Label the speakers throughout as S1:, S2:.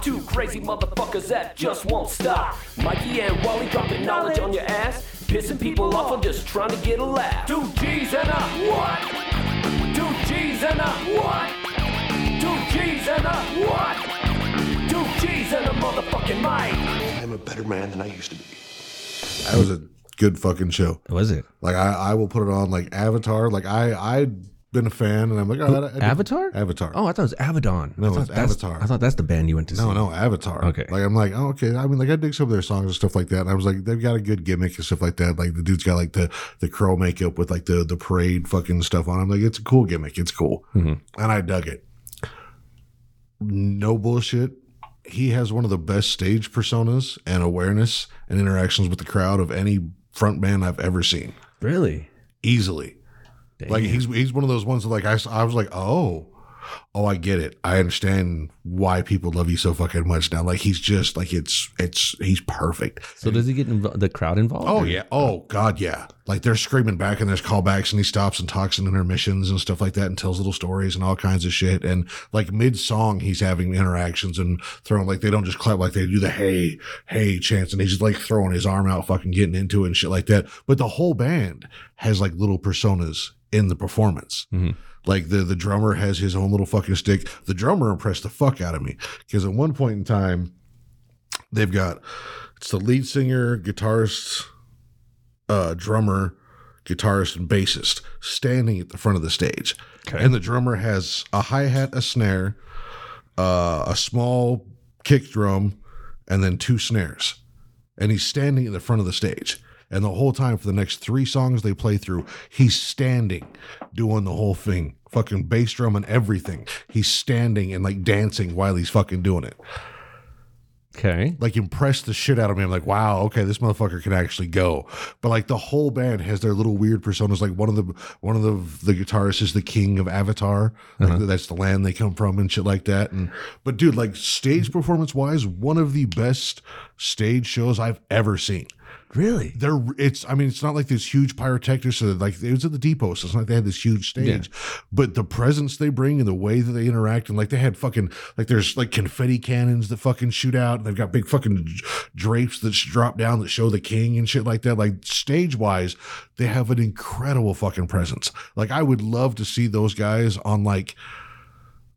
S1: Two crazy motherfuckers that just won't stop. Mikey and Wally dropping knowledge on your ass. Pissing people off, I'm just trying to get a laugh. Two G's and a what? Two G's and a what? Two G's and a what? Two G's and a motherfucking mic.
S2: I'm a better man than I used to be.
S3: That was a good fucking show.
S4: Was it
S3: Like I, I will put it on like Avatar. Like I, I've been a fan, and I'm like, all right, I- I-
S4: Avatar?
S3: Avatar.
S4: Oh, I thought it was Abaddon.
S3: No,
S4: I thought
S3: it's
S4: that's-
S3: Avatar.
S4: I thought that's the band you went to see.
S3: No, no, Avatar.
S4: Okay.
S3: Like I'm like, oh, okay. I mean, like I dig some of their songs and stuff like that. And I was like, they've got a good gimmick and stuff like that. Like the dude's got like the the crow makeup with like the the parade fucking stuff on. I'm like, it's a cool gimmick. It's cool,
S4: Mm-hmm.
S3: and I dug it. No bullshit. He has one of the best stage personas and awareness and interactions with the crowd of any front man I've ever seen.
S4: Really?
S3: Easily. Like he's he's one of those ones that like I, s- I was like oh oh I get it I understand why people love you so fucking much now like he's just like it's it's he's perfect
S4: So does he get invo- the crowd involved?
S3: oh
S4: or-
S3: yeah oh god yeah like they're screaming back and there's callbacks and he stops and talks in intermissions and stuff like that and tells little stories and all kinds of shit and like mid song he's having interactions and throwing like they don't just clap like they do the hey hey chance and he's just like throwing his arm out fucking getting into it and shit like that but the whole band has like little personas in the performance. Like the the drummer has his own little fucking stick. The drummer impressed the fuck out of me because at one point in time, they've got it's the lead singer, guitarist, uh, drummer, guitarist, and bassist standing at the front of the stage, and the drummer has a hi hat, a snare, uh, a small kick drum, and then two snares and he's standing at the front of the stage. And the whole time for the next three songs they play through, he's standing, doing the whole thing, fucking bass drum and everything. He's standing and like dancing while he's fucking doing it.
S4: Okay.
S3: Like impressed the shit out of me. I'm like, wow, okay, this motherfucker can actually go. But like the whole band has their little weird personas. Like one of the one of the the guitarists is the king of Avatar. Like that's the land they come from and shit like that. And but dude, like stage performance wise, one of the best stage shows I've ever seen
S4: Really?
S3: they're it's I mean it's not like this huge pyrotechnics or like it was at the depot so it's not like they had this huge stage but the presence they bring and the way that they interact and like they had fucking like there's like confetti cannons that fucking shoot out and they've got big fucking d- drapes that sh- drop down that show the king and shit like that like stage wise they have an incredible fucking presence like I would love to see those guys on like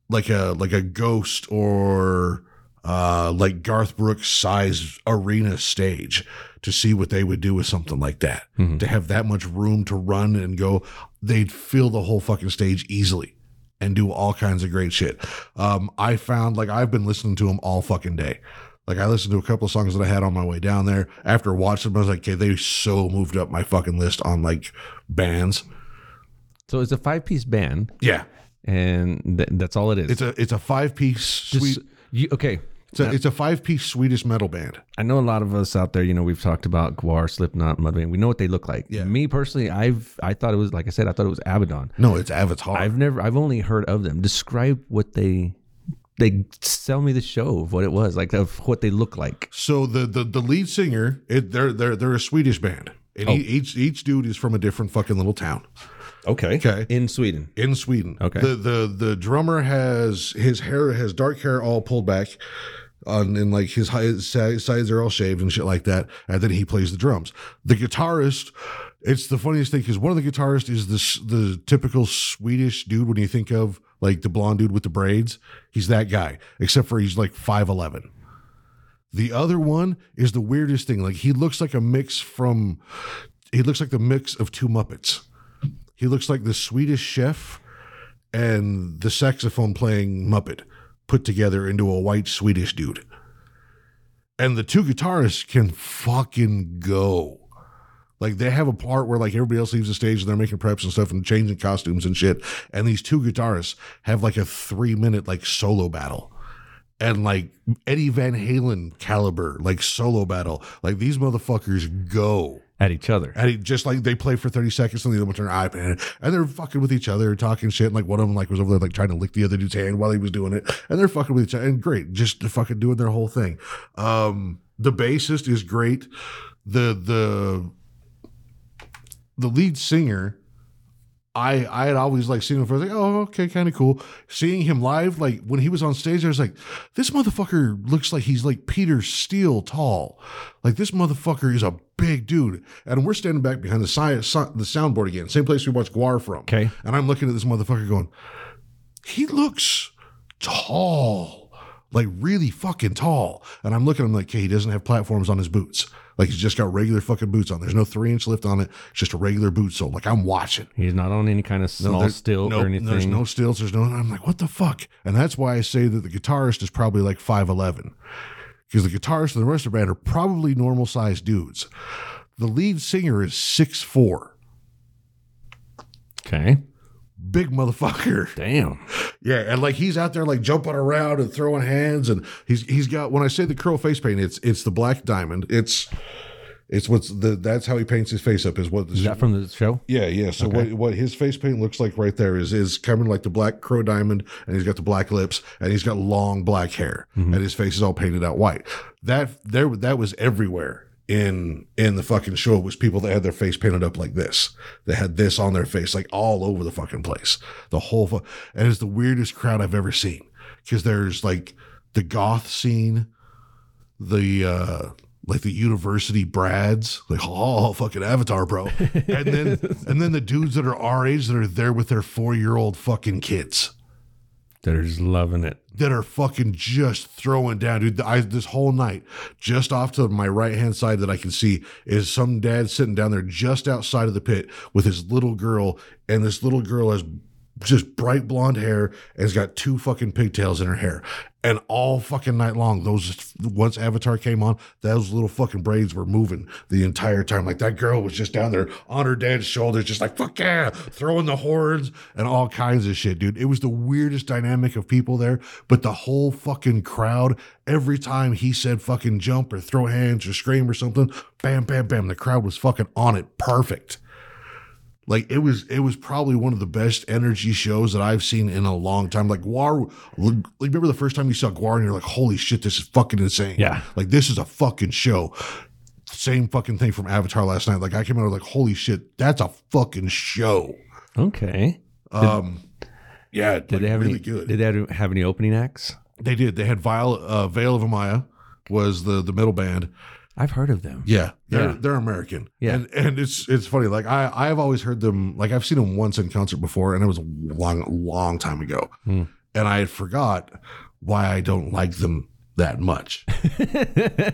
S3: like a like a ghost or uh like Garth Brooks size arena stage to see what they would do with something like that. To have that much room to run and go, they'd fill the whole fucking stage easily and do all kinds of great shit. Um I found like I've been listening to them all fucking day. Like I listened to a couple of songs that I had on my way down there. After watching them, I was like, okay, they so moved up my fucking list on like bands.
S4: So it's a five piece band,
S3: Yeah.
S4: and th- that's all it is.
S3: It's a it's a five piece suite.
S4: Just- you, okay.
S3: It's a, it's a five piece Swedish metal band.
S4: I know a lot of us out there. You know, we've talked about Guar, Slipknot, Mudvayne. We know what they look like.
S3: Yeah.
S4: Me personally, I've I thought it was like I said. I thought it was Abaddon.
S3: No, it's Avatar.
S4: I've never. I've only heard of them. Describe what they. They sell me the show of what it was like of what they look like.
S3: so the, the the lead singer, it, they're they're they're a Swedish band, and e- each each dude is from a different fucking little town
S4: Okay.
S3: Okay.
S4: In Sweden.
S3: in Sweden.
S4: Okay.
S3: The the the drummer has his hair has dark hair all pulled back, on and like his, high, his si- sides are all shaved and shit like that. And then he plays the drums. The guitarist. It's the funniest thing because one of the guitarists is this the typical Swedish dude when you think of like the blonde dude with the braids. He's that guy, except for he's like five eleven. The other one is the weirdest thing. Like he looks like a mix from he looks like the mix of two Muppets. He looks like the Swedish chef and the saxophone playing Muppet put together into a white Swedish dude. And the two guitarists can fucking go. Like they have a part where like everybody else leaves the stage and they're making preps and stuff and changing costumes and shit. And these two guitarists have like a three minute like solo battle and like Eddie Van Halen caliber like solo battle. Like these motherfuckers go.
S4: At each other.
S3: And he just like they play for 30 seconds and the other one turn iPad and they're fucking with each other, talking shit. And like one of them like was over there like trying to lick the other dude's hand while he was doing it. And they're fucking with each other. And great, just fucking doing their whole thing. Um the bassist is great. The the the lead singer I I had always like seen him for like, oh, okay, kind of cool. Seeing him live, like when he was on stage, I was like, this motherfucker looks like he's like Peter Steele tall. Like this motherfucker is a big dude. And we're standing back behind the sci- so- the soundboard again, same place we watched Guar from.
S4: Okay.
S3: And I'm looking at this motherfucker going, he looks tall, like really fucking tall. And I'm looking, I'm like, okay, he doesn't have platforms on his boots. Like he's just got regular fucking boots on. There's no three inch lift on it. It's just a regular boot sole. Like I'm watching.
S4: He's not on any kind of small
S3: There-
S4: stilt
S3: nope,
S4: or anything.
S3: There's no stilts. There's no. I'm like, what the fuck? And that's why I say that the guitarist is probably like five eleven, because the guitarist and the rest of the band are probably normal sized dudes. The lead singer is six four,
S4: okay.
S3: big motherfucker.
S4: Damn.
S3: Yeah, and like he's out there like jumping around and throwing hands, and he's he's got. When I say the curl face paint, it's it's the black diamond. It's it's what's the that's how he paints his face up. Is what
S4: Is that from the show?
S3: Yeah, yeah. So what what his face paint looks like right there is is kind of like the black crow diamond, and he's got the black lips, and he's got long black hair, and his face is all painted out white. That there that was everywhere in in the fucking show was people that had their face painted up like this. They had this on their face, like all over the fucking place. The whole fu- and it's the weirdest crowd I've ever seen because there's like the goth scene, the uh like the university brads, like oh fucking Avatar, bro, and then and then the dudes that are our age that are there with their four year old fucking kids
S4: They're just loving it.
S3: that are fucking just throwing down, dude. I, this whole night, just off to my right hand side that I can see, is some dad sitting down there just outside of the pit with his little girl, and this little girl has just bright blonde hair and has got two fucking pigtails in her hair. And all fucking night long, those once Avatar came on, those little fucking braids were moving the entire time. Like that girl was just down there on her dad's shoulders, just like fuck yeah, throwing the horns and all kinds of shit, dude. It was the weirdest dynamic of people there, but the whole fucking crowd, every time he said fucking jump or throw hands or scream or something, bam, bam, bam, the crowd was fucking on it perfect. Like it was, it was probably one of the best energy shows that I've seen in a long time. Like Guar, like, remember the first time you saw Guar and you're like, holy shit, this is fucking insane.
S4: Yeah.
S3: Like this is a fucking show. Same fucking thing from Avatar last night. Like I came out I was like, holy shit, that's a fucking show.
S4: Okay.
S3: Um, yeah, did
S4: Did they have
S3: really
S4: any?
S3: good.
S4: Did they have any opening acts?
S3: They did. They had Vile, uh, Veil of Amaya was the the middle band.
S4: I've heard of them.
S3: Yeah, they're
S4: Yeah.
S3: they're American.
S4: Yeah.
S3: and and it's it's funny. Like I I've always heard them. Like I've seen them once in concert before, and it was a long long time ago,
S4: Hmm.
S3: and I had forgot why I don't like them that much.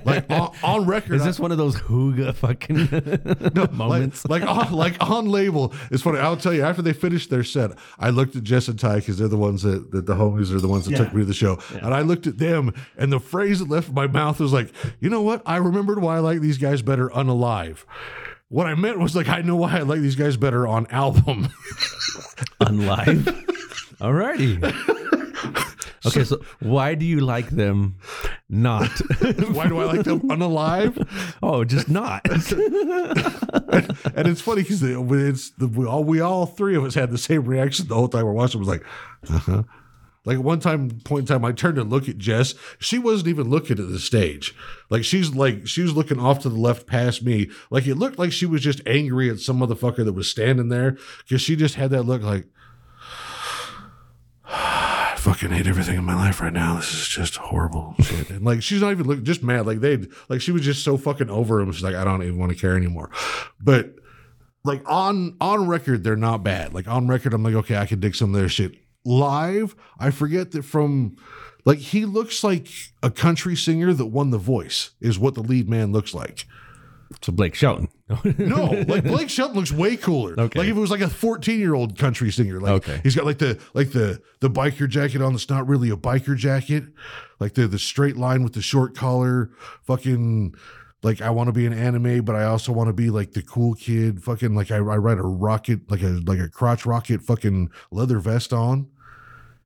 S3: Like on, on record,
S4: Is
S3: I-
S4: this one of those hooga fucking moments?
S3: Like, like on like on label. It's funny. I'll tell you, after they finished their set, I looked at Jess and Ty because they're the ones that, that the homies are the ones that took me to the show. And I looked at them and the phrase that left my mouth was like, you know what? I remembered why I like these guys better unalive. What I meant was like I know why I like these guys better on album.
S4: on live. Alrighty. Okay, so why do you like them? Not.
S3: why do I like them unalive?
S4: oh, just not.
S3: And it's funny because it's the, we all we all three of us had the same reaction the whole time we're watching. It was like, uh huh. Like one time, point in time, I turned to look at Jess. She wasn't even looking at the stage. Like she's like she was looking off to the left past me. Like it looked like she was just angry at some motherfucker that was standing there because she just had that look like. I fucking hate everything in my life right now. This is just horrible shit. And like, she's not even looking, just mad. Like they, like she was just so fucking over him. She's like, I don't even want to care anymore. But like on on record, they're not bad. Like on record, I'm like, okay, I can dig some of their shit. Live, I forget that from like he looks like a country singer that won the voice is what the lead man looks like.
S4: so Blake Shelton.
S3: No, like Blake Shelton looks way cooler.
S4: Okay.
S3: Like if it was like a 14 year old country singer. Like
S4: Okay.
S3: he's got like the like the the biker jacket on that's not really a biker jacket. Like the the straight line with the short collar, fucking like I want to be an anime, but I also want to be like the cool kid, fucking like I, I ride a rocket, like a like a crotch rocket fucking leather vest on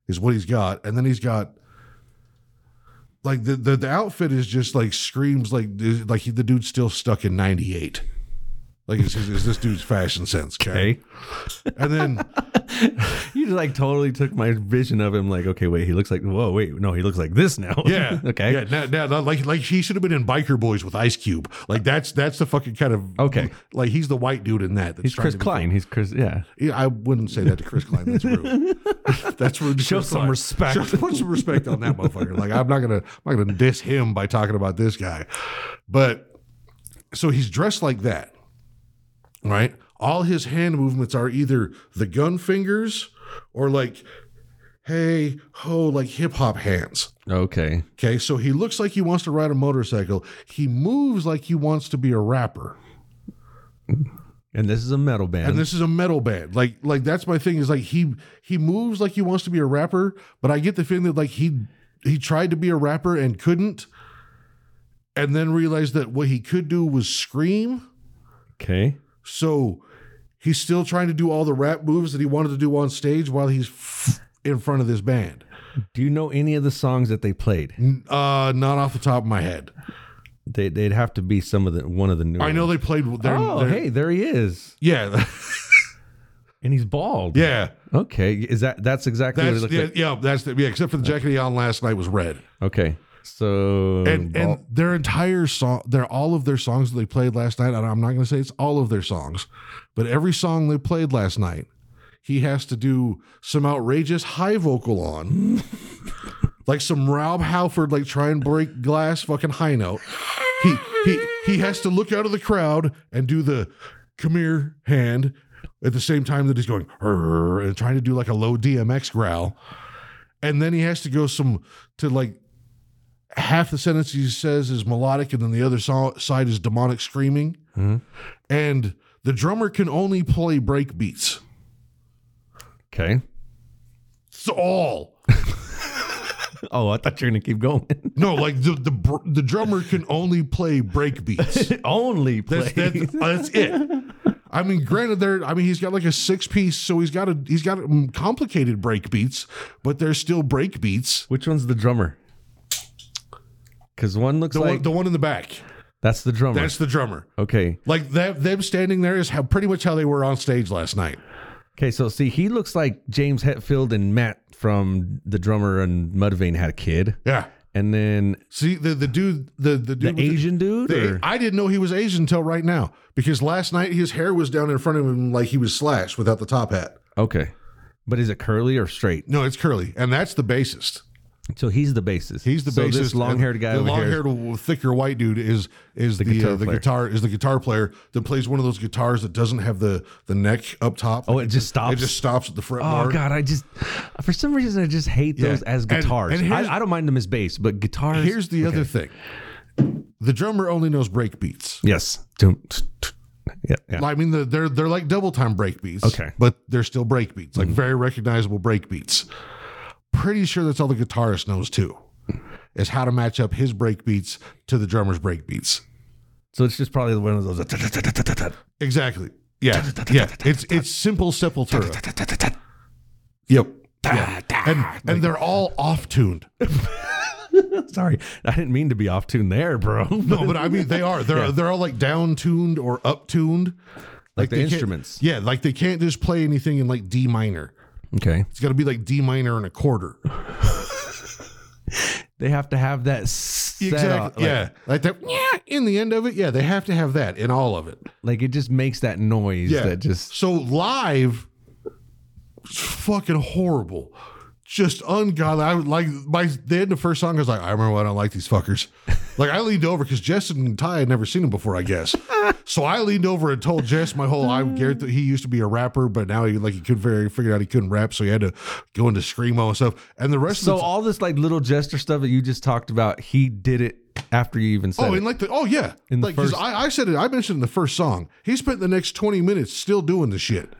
S3: is what he's got. And then he's got like the the, the outfit is just like screams like like he, the dude's still stuck in 98. Like it's, it's, it's this dude's fashion sense,
S4: Okay.
S3: okay? And then
S5: you just like totally took my vision of him. Like, okay, wait, he looks like whoa, wait, no, he looks like this now.
S3: Yeah.
S5: okay.
S3: Yeah. Now, now, now, like, like he should have been in Biker Boys with Ice Cube. Like that's that's the fucking kind of
S5: Okay.
S3: Like he's the white dude in that. That's
S5: He's
S3: trying
S5: Chris
S3: to be-
S5: Klein. He's Chris. Yeah.
S3: Yeah, I wouldn't say that to Chris Klein. That's rude. that's rude. to
S5: Show
S3: Chris
S5: some
S3: Klein.
S5: respect.
S3: Show, put some respect on that motherfucker. Like I'm not gonna I'm not gonna diss him by talking about this guy. But so he's dressed like that, right? All his hand movements are either the gun fingers or like hey ho like hip hop hands.
S5: Okay.
S3: Okay, so he looks like he wants to ride a motorcycle. He moves like he wants to be a rapper.
S5: And this is a metal band.
S3: And this is a metal band. Like like that's my thing is like he he moves like he wants to be a rapper, but I get the feeling that like he he tried to be a rapper and couldn't and then realized that what he could do was scream.
S5: okay.
S3: So he's still trying to do all the rap moves that he wanted to do on stage while he's f- in front of this band.
S5: Do you know any of the songs that they played?
S3: Uh not off the top of my head.
S5: They, they'd have to be some of the one of the new.
S3: I know they played their,
S5: Oh,
S3: their-
S5: hey, there he is,
S3: yeah.
S5: and he's bald.
S3: yeah.
S5: Okay. Is that that's exactly
S3: That's
S5: what it
S3: yeah,
S5: looks
S3: yeah, that's the, yeah. Except for the jacket he on last night was red,
S5: like? Okay. So
S3: and and their entire song, their all of their songs that they played last night. And I'm not going to say it's all of their songs, but every song they played last night, he has to do some outrageous high vocal on, like some Rob Halford, like try and break glass fucking high note. He he he has to look out of the crowd and do the come here hand at the same time that he's going "Rrr," and trying to do like a low DMX growl and then he has to go some to like half the sentence he says is melodic and then the other so- side is demonic screaming and the drummer can only play break beats
S5: okay.
S3: it's all
S5: Oh, I thought you were gonna keep going.
S3: no like the the, br- the drummer can only play break beats
S5: Only
S3: that's,
S5: play.
S3: that's, that's it i mean granted there i mean he's got like a six piece so he's got a he's got um, complicated break beats but they're still break beats
S5: Which one's the drummer? Because one looks
S3: the,
S5: like
S3: one, the one in the back
S5: that's the drummer.
S3: that's the drummer
S5: okay.
S3: Like that, them standing there is how pretty much how they were on stage last night.
S5: Okay. So see, he looks like James Hetfield and Matt from the drummer and Mudvayne had a kid,
S3: Yeah.
S5: and then
S3: See the the dude the the
S5: the
S3: dude with
S5: Asian dude.
S3: the-
S5: or-
S3: I didn't know he was Asian until right now because last night his hair was down in front of him like he was slashed without the top hat.
S5: okay. But is it curly or straight?
S3: No, it's curly, and that's the bassist.
S5: So he's the bassist.
S3: He's the
S5: so
S3: bassist.
S5: This long-haired
S3: and
S5: guy
S3: the
S5: over here.
S3: long-haired, w- thicker white dude is is the
S5: guitar
S3: uh, the
S5: player.
S3: guitar is the guitar player that plays one of those guitars that doesn't have the the neck up top.
S5: Oh, it just stops.
S3: It just stops at the fret
S5: Oh
S3: bar.
S5: God! I just, for some reason, I just hate
S3: Yeah.
S5: those as
S3: And-
S5: guitars.
S3: and here's-
S5: I, I don't mind them as bass, but guitars.
S3: Here's the other thing: the drummer only knows break beats.
S5: yes. Dum, t- t- Yeah, yeah.
S3: I mean, the, they're they're like double time break beats.
S5: Okay. Mm-hmm.
S3: but they're still break beats, like very recognizable break beats. Pretty sure that's all the guitarist knows too, is how to match up his break beats to the drummer's break beats.
S5: So it's just probably one of those. uh,
S3: Exactly. Yeah, yeah. It's it's simple sepultura. Yep. Yeah. And and they're all off tuned.
S5: Sorry, I didn't mean to be off tune there, bro.
S3: No, but I mean they are. They're they're all like down tuned or up tuned.
S5: like the
S3: they can't-
S5: instruments.
S3: Yeah, like they can't just play anything in like D minor.
S5: Okay,
S3: It's got to be like D minor and a quarter.
S5: they have to have that. Set up,
S3: Exactly.
S5: like-
S3: yeah. Like that. Yeah. In the end of it, yeah, they have to have that in all of it.
S5: like it just makes that noise
S3: Yeah.
S5: that just.
S3: so live, it's fucking horrible. Just ungodly. I would like my they had the first song. I was like, I remember why I don't like these fuckers. Like I leaned over because Jess and Ty had never seen him before, I guess. so I leaned over and told Jess my whole I'm Garrett. He used to be a rapper, but now he like he could very figured out he couldn't rap, so he had to go into screamo and stuff. And the rest
S5: So
S3: of the
S5: all this like little gesture stuff that you just talked about, he did it after you even said.
S3: Oh,
S5: it.
S3: and like the oh yeah,
S5: In the
S3: like 'cause
S5: first-
S3: I, I said it. I mentioned it in the first song. He spent the next twenty minutes still doing the shit.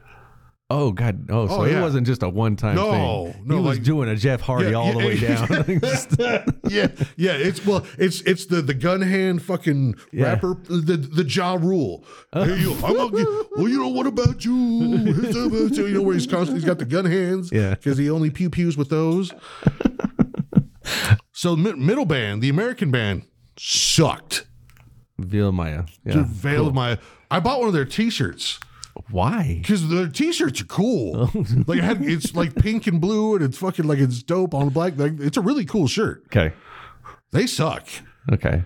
S5: Oh God! Oh, so
S3: Oh, yeah.
S5: it wasn't just a one-time
S3: No,
S5: thing.
S3: no,
S5: he was
S3: like-
S5: doing a Jeff Hardy
S3: Yeah,
S5: all the
S3: yeah,
S5: way down. Just-
S3: yeah, yeah. It's well, it's it's the the gun hand fucking
S5: Yeah. Uh-huh.
S3: rapper, the the jaw rule. Hey, yo, I'm gonna get- well, you know what about you? It's about you. You know where he's constantly he's got the gun hands.
S5: Yeah.
S3: because he only pew pews with those. so mi- middle band, the American band, sucked.
S5: Villamaya. Yeah.
S3: Veiled my. I bought one of their T-shirts.
S5: Why?
S3: Because the t-shirts are cool. like I had, it's like pink and blue, and it's fucking like it's dope on black. Like, it's a really cool shirt.
S5: Okay.
S3: They suck.
S5: Okay.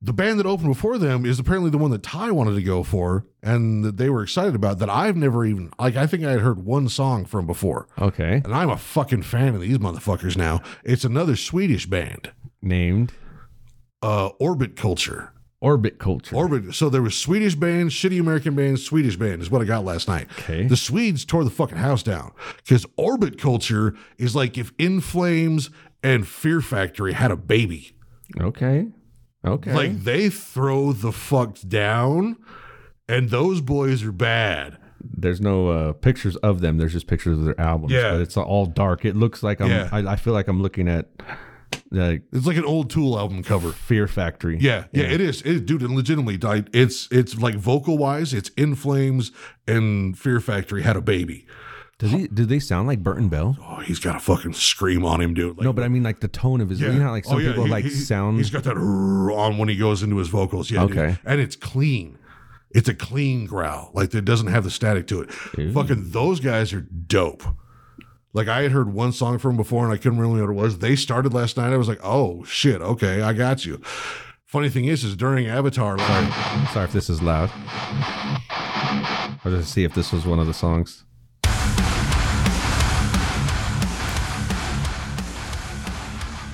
S3: The band that opened before them is apparently the one that Ty wanted to go for, and that they were excited about. That I've never even like. I think I had heard one song from before,
S5: Okay.
S3: and I'm a fucking fan of these motherfuckers now. It's another Swedish band,
S5: Named
S3: uh, Orbit Culture.
S5: Orbit Culture.
S3: Orbit. So there was Swedish band, shitty American band, Swedish band is what I got last night.
S5: Okay.
S3: The Swedes tore the fucking house down because Orbit culture is like if In Flames and Fear Factory had a baby.
S5: okay. Okay.
S3: Like they throw the fuck down, and those boys are bad.
S5: there's no uh, pictures of them. There's just pictures of their albums.
S3: Yeah.
S5: But it's all dark. It looks like I'm.
S3: Yeah.
S5: I, I feel like I'm looking at like
S3: It's like an old Tool album cover.
S5: Fear Factory.
S3: Yeah, yeah, it is. It, dude, and legitimately, I- it's it's like vocal wise, it's In Flames and Fear Factory had a baby.
S5: Does he? Do they sound like Burton Bell?
S3: Oh, he's got a fucking scream on him, dude. Like,
S5: No, but I mean like the tone of his. You know how, like some people
S3: Oh, he-
S5: like
S3: he-
S5: sound.
S3: He's got that "Rrrr" on when he goes into his vocals. Yeah, dude.
S5: Okay.
S3: and it's clean. It's a clean growl. Like it doesn't have the static to it. Fucking those guys are dope. Like I had heard one song from before and I couldn't remember what it was. They started last night. I was like, oh shit, okay, I got you. Funny thing is, is during Avatar, like,
S5: Sorry if this is loud. I'll just see if this was one of the songs.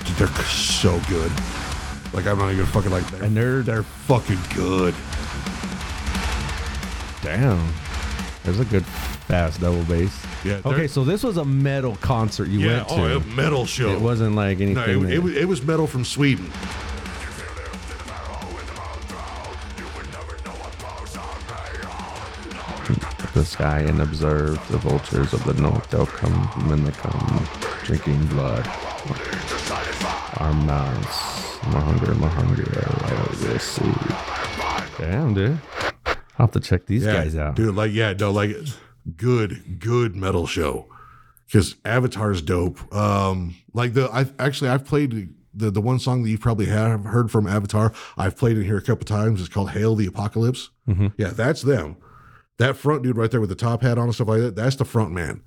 S3: dude, they're so good. Like I'm not even fucking like they're,
S5: And they're-
S3: they're fucking good.
S5: Damn. There's a good fast double bass.
S3: Yeah, they're-
S5: Okay, so this was a metal concert you
S3: Yeah,
S5: went to.
S3: oh, a metal show.
S5: it wasn't like
S3: No,
S5: anything.
S3: it, it, was, it was metal from Sweden.
S5: the sky and observe the vultures of the north. They'll come when they come, drinking blood. Our mouths, my hunger, my hunger, right over the sea. Damn, dude. I'll have to check these
S3: Yeah,
S5: guys out.
S3: dude. Like, yeah, no, like, good, good metal show. Because Avatar's dope. Um, like the I actually I've played the the one song that you probably have heard from Avatar. I've played it here a couple times. It's called "Hail the Apocalypse." Yeah, that's them. That front dude right there with the top hat on and stuff like that. That's the front man.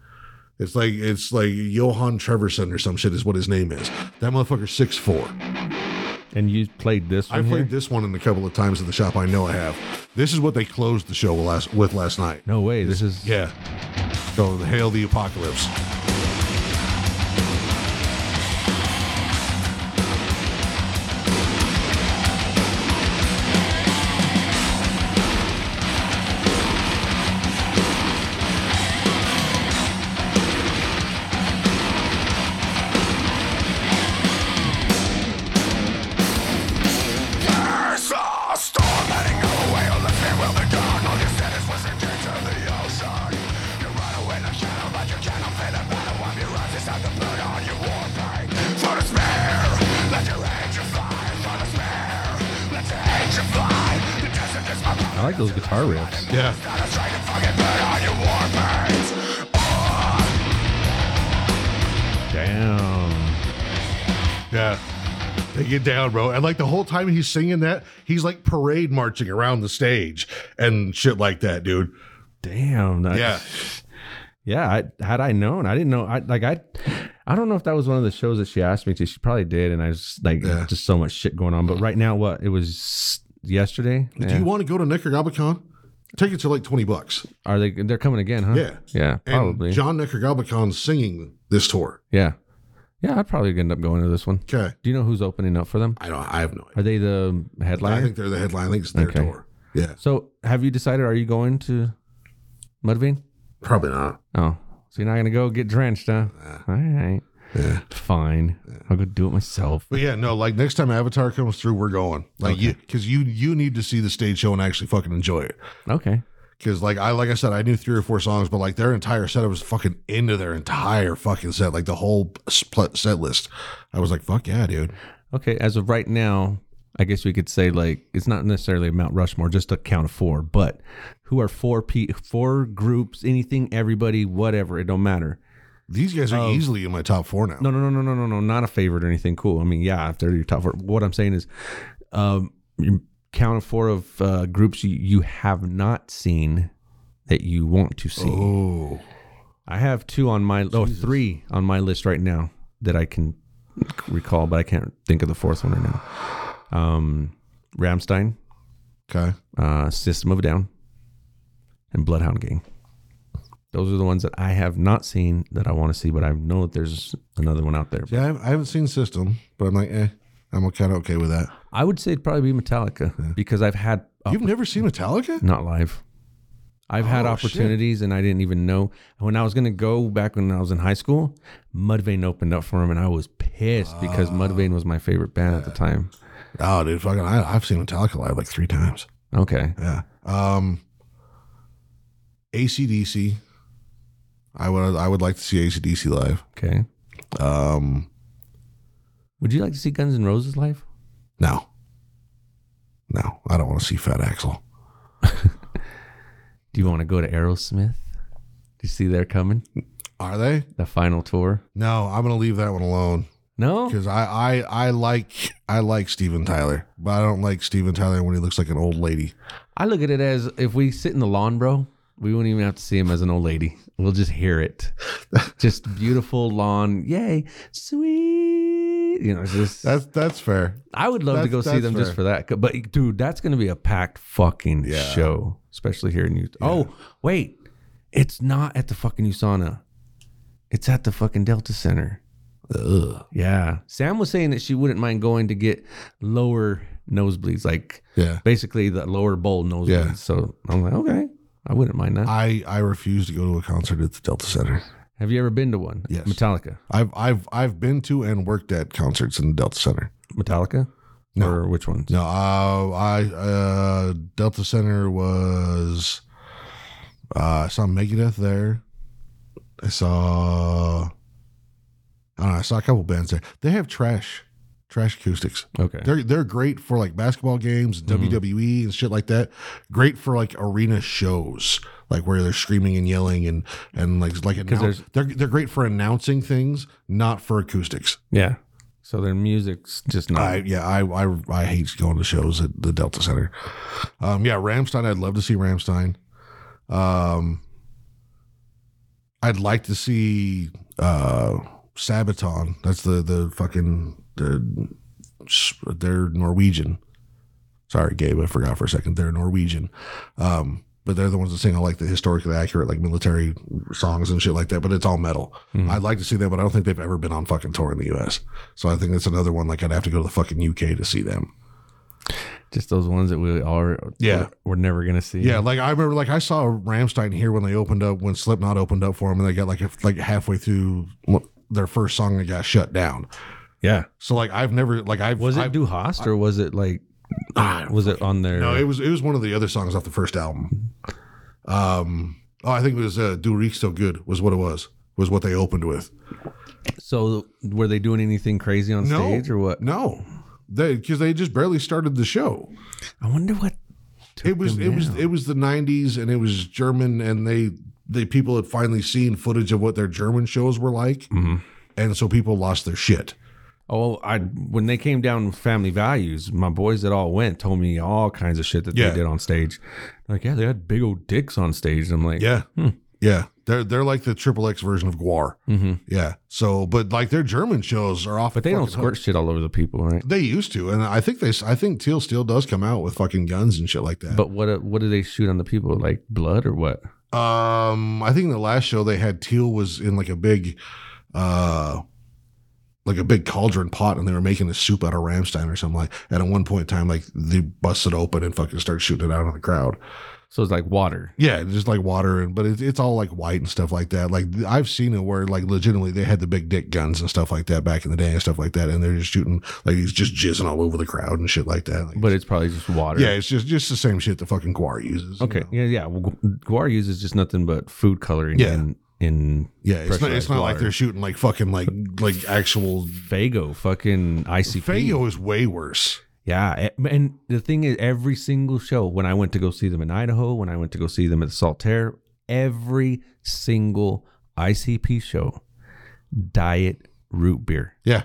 S3: It's like it's like Johan Trevorson or some shit is what his name is. That motherfucker's six four.
S5: And you played this
S3: I
S5: one here?
S3: played this one in a couple of times at the shop. I know I have. This is what they closed the show last with last night.
S5: No way. This is
S3: Yeah. So hail the apocalypse.
S5: I like those guitar riffs.
S3: Yeah.
S5: Damn.
S3: Yeah. They get down, bro. And like the whole time he's singing that, he's like parade marching around the stage and shit like that, dude.
S5: Damn. That's,
S3: Yeah.
S5: Yeah, I, had I known, I didn't know. I like I, I don't know if that was one of the shows that she asked me to. She probably did, and I was like,
S3: Yeah.
S5: just so much shit going on. But right now, what it was yesterday.
S3: Do
S5: Yeah.
S3: you want to go to NecrogobaCon? Tickets are like 20 bucks.
S5: Are they? They're coming again, huh?
S3: Yeah.
S5: yeah,
S3: And
S5: probably.
S3: John Necrogobacon's singing this tour.
S5: yeah, yeah. I'd probably end up going to this one.
S3: Okay.
S5: Do you know who's opening up for them?
S3: I don't I have no idea.
S5: Are they the
S3: I
S5: headliner?
S3: think they're the headline. I think it's their
S5: Okay.
S3: tour. Yeah.
S5: so, have you decided? Are you going to Mudvayne?
S3: Probably not.
S5: Oh, so you're not gonna go get drenched, huh? All right. Fine. I'll go do it myself.
S3: But yeah, no, like next time Avatar comes through, we're going. Like you cause you you need to see the stage show and actually fucking enjoy it.
S5: Okay.
S3: Cause like I like I said, I knew three or four songs, but like their entire set, I was fucking into their entire fucking set, like the whole split set list. I was like, fuck yeah, dude.
S5: Okay, as of right now, I guess we could say like it's not necessarily Mount Rushmore, just a count of four. But who are four p four groups? Anything, everybody, whatever. It don't matter.
S3: These guys are easily in my top four now.
S5: Oh. No, no, no, no, no, no, no. Not a favorite or anything. Cool. I mean, yeah, if they're your top four. What I'm saying is, um, your count of four of uh, groups you, you have not seen that you want to see.
S3: Oh,
S5: I have two on my oh three on my list right now that I can recall, but I can't think of the fourth one right now. Um, Ramstein,
S3: okay.
S5: uh, System of a Down, and Bloodhound Gang. Those are the ones that I have not seen that I want to see, but I know that there's another one out there.
S3: Yeah, I haven't- I haven't seen System, but I'm like, eh, I'm kind of okay with that.
S5: I would say it'd probably be Metallica because I've had
S3: You've never seen Metallica?
S5: not live. I've had
S3: Oh, shit.
S5: opportunities and I didn't even know. When I was gonna go back when I was in high school, Mudvayne opened up for him and I was pissed
S3: Ah.
S5: because Mudvayne was my favorite band at the time.
S3: Oh, dude, fucking, I, I've seen Metallica live like three times.
S5: Okay,
S3: Yeah. Um, ACDC. I would, I would like to see ACDC live.
S5: okay.
S3: Um,
S5: Would you like to see Guns N' Roses live?
S3: no, no, I don't want to see Fat Axel.
S5: Do you want to go to Aerosmith? Do you see they're coming?
S3: Are they?
S5: The final tour?
S3: No, I'm gonna leave that one alone
S5: No.
S3: because I, I, I like, I like Steven Tyler, but I don't like Steven Tyler when he looks like an old lady.
S5: I look at it as if we sit in the lawn, bro, we wouldn't even have to see him as an old lady. We'll just hear it. just beautiful lawn. Yay. Sweet. You know, it's just
S3: That's that's fair.
S5: I would love to
S3: that's-
S5: go see
S3: that's
S5: them just
S3: fair.
S5: for that. But dude, that's gonna be a packed fucking
S3: Yeah.
S5: show. Especially here in Utah. Oh, wait. It's not at the fucking USANA. It's at the fucking Delta Center. Ugh. Yeah. Sam was saying that she wouldn't mind going to get lower nosebleeds, like
S3: Yeah.
S5: basically the lower bowl nosebleeds.
S3: Yeah.
S5: So I'm like, okay, I wouldn't mind that.
S3: I I refuse to go to a concert at the Delta Center.
S5: Have you ever been to one?
S3: Yes.
S5: Metallica.
S3: I've I've I've been to and worked at concerts in the Delta Center.
S5: Metallica?
S3: No.
S5: Or which ones?
S3: No, uh, I uh, Delta Center was. Uh, I saw Megadeth there. I saw. I don't know. I saw a couple bands there. They have trash, trash acoustics.
S5: Okay.
S3: They're they're great for like basketball games, WWE and shit like that. Great for like arena shows, like where they're screaming and yelling and and like like announce,
S5: there's-
S3: they're they're great for announcing things, not for acoustics.
S5: yeah. So their music's just not.
S3: I yeah, I, I I hate going to shows at the Delta Center. Um, yeah, Ramstein. I'd love to see Ramstein. Um, I'd like to see uh, Sabaton. That's the the fucking the, they're Norwegian. Sorry, Gabe, I forgot for a second. They're Norwegian. Um, but they're the ones that sing all like the historically accurate, like military songs and shit like that. But it's all metal. I'd like to see them, but I don't think they've ever been on fucking tour in the U.S. So I think that's another one. Like I'd have to go to the fucking U.K. to see them.
S5: just those ones that we are
S3: Yeah.
S5: we're never gonna see
S3: Yeah, like I remember, like I saw Ramstein here when they opened up when Slipknot opened up for them, and they got like like halfway through their first song and got shut down.
S5: yeah
S3: So like I've never like I've
S5: was it
S3: I've-
S5: Du Hast or was it like was it on their
S3: No, it was it was one of the other songs off the first album. Um, oh, I think it was uh, "Do Reek So Good" was what it was. Was what they opened with.
S5: so were they doing anything crazy on
S3: No,
S5: stage or what
S3: No, they because they just barely started the show.
S5: I wonder what
S3: It was it was it was the '90s, and it was German, and they the people had finally seen footage of what their German shows were like,
S5: Mm-hmm.
S3: and so people lost their shit.
S5: oh I when they came down with Family Values my boys that all went told me all kinds of shit that
S3: Yeah.
S5: they did on stage like yeah they had big old dicks on stage I'm like
S3: Yeah, yeah, they're they're like the triple X version of Guar. Yeah, so but like their German shows are off,
S5: mm-hmm. but they don't squirt shit all over the people right
S3: They used to, and I think they I think Teal Steel does come out with fucking guns and shit like that.
S5: but what uh, what do they shoot on the people like blood or what
S3: Um, I think the last show they had Teal was in like a big, uh, like a big cauldron pot, and they were making a soup out of Ramstein or something like. And at one point in time, like they busted open and fucking start shooting it out on the crowd.
S5: so it's like water
S3: Yeah, just like water, and but it, it's all like white and stuff like that. Like th- I've seen it where like legitimately they had the big dick guns and stuff like that back in the day and stuff like that, and they're just shooting like he's just jizzing all over the crowd and shit like that. Like,
S5: but it's probably just water
S3: yeah, it's just just the same shit the fucking Guar uses. you
S5: Okay.
S3: know?
S5: Yeah, yeah. Well, gu- guar uses just nothing but food coloring.
S3: Yeah.
S5: In, in
S3: Yeah, it's not, it's
S5: pressurized
S3: not like
S5: water.
S3: they're shooting like fucking like like actual
S5: Fago, fucking ICP.
S3: Fago is way worse.
S5: Yeah. a- And the thing is, every single show, when I went to go see them in Idaho, when I went to go see them at the Saltaire, every single ICP show, diet root beer.
S3: Yeah.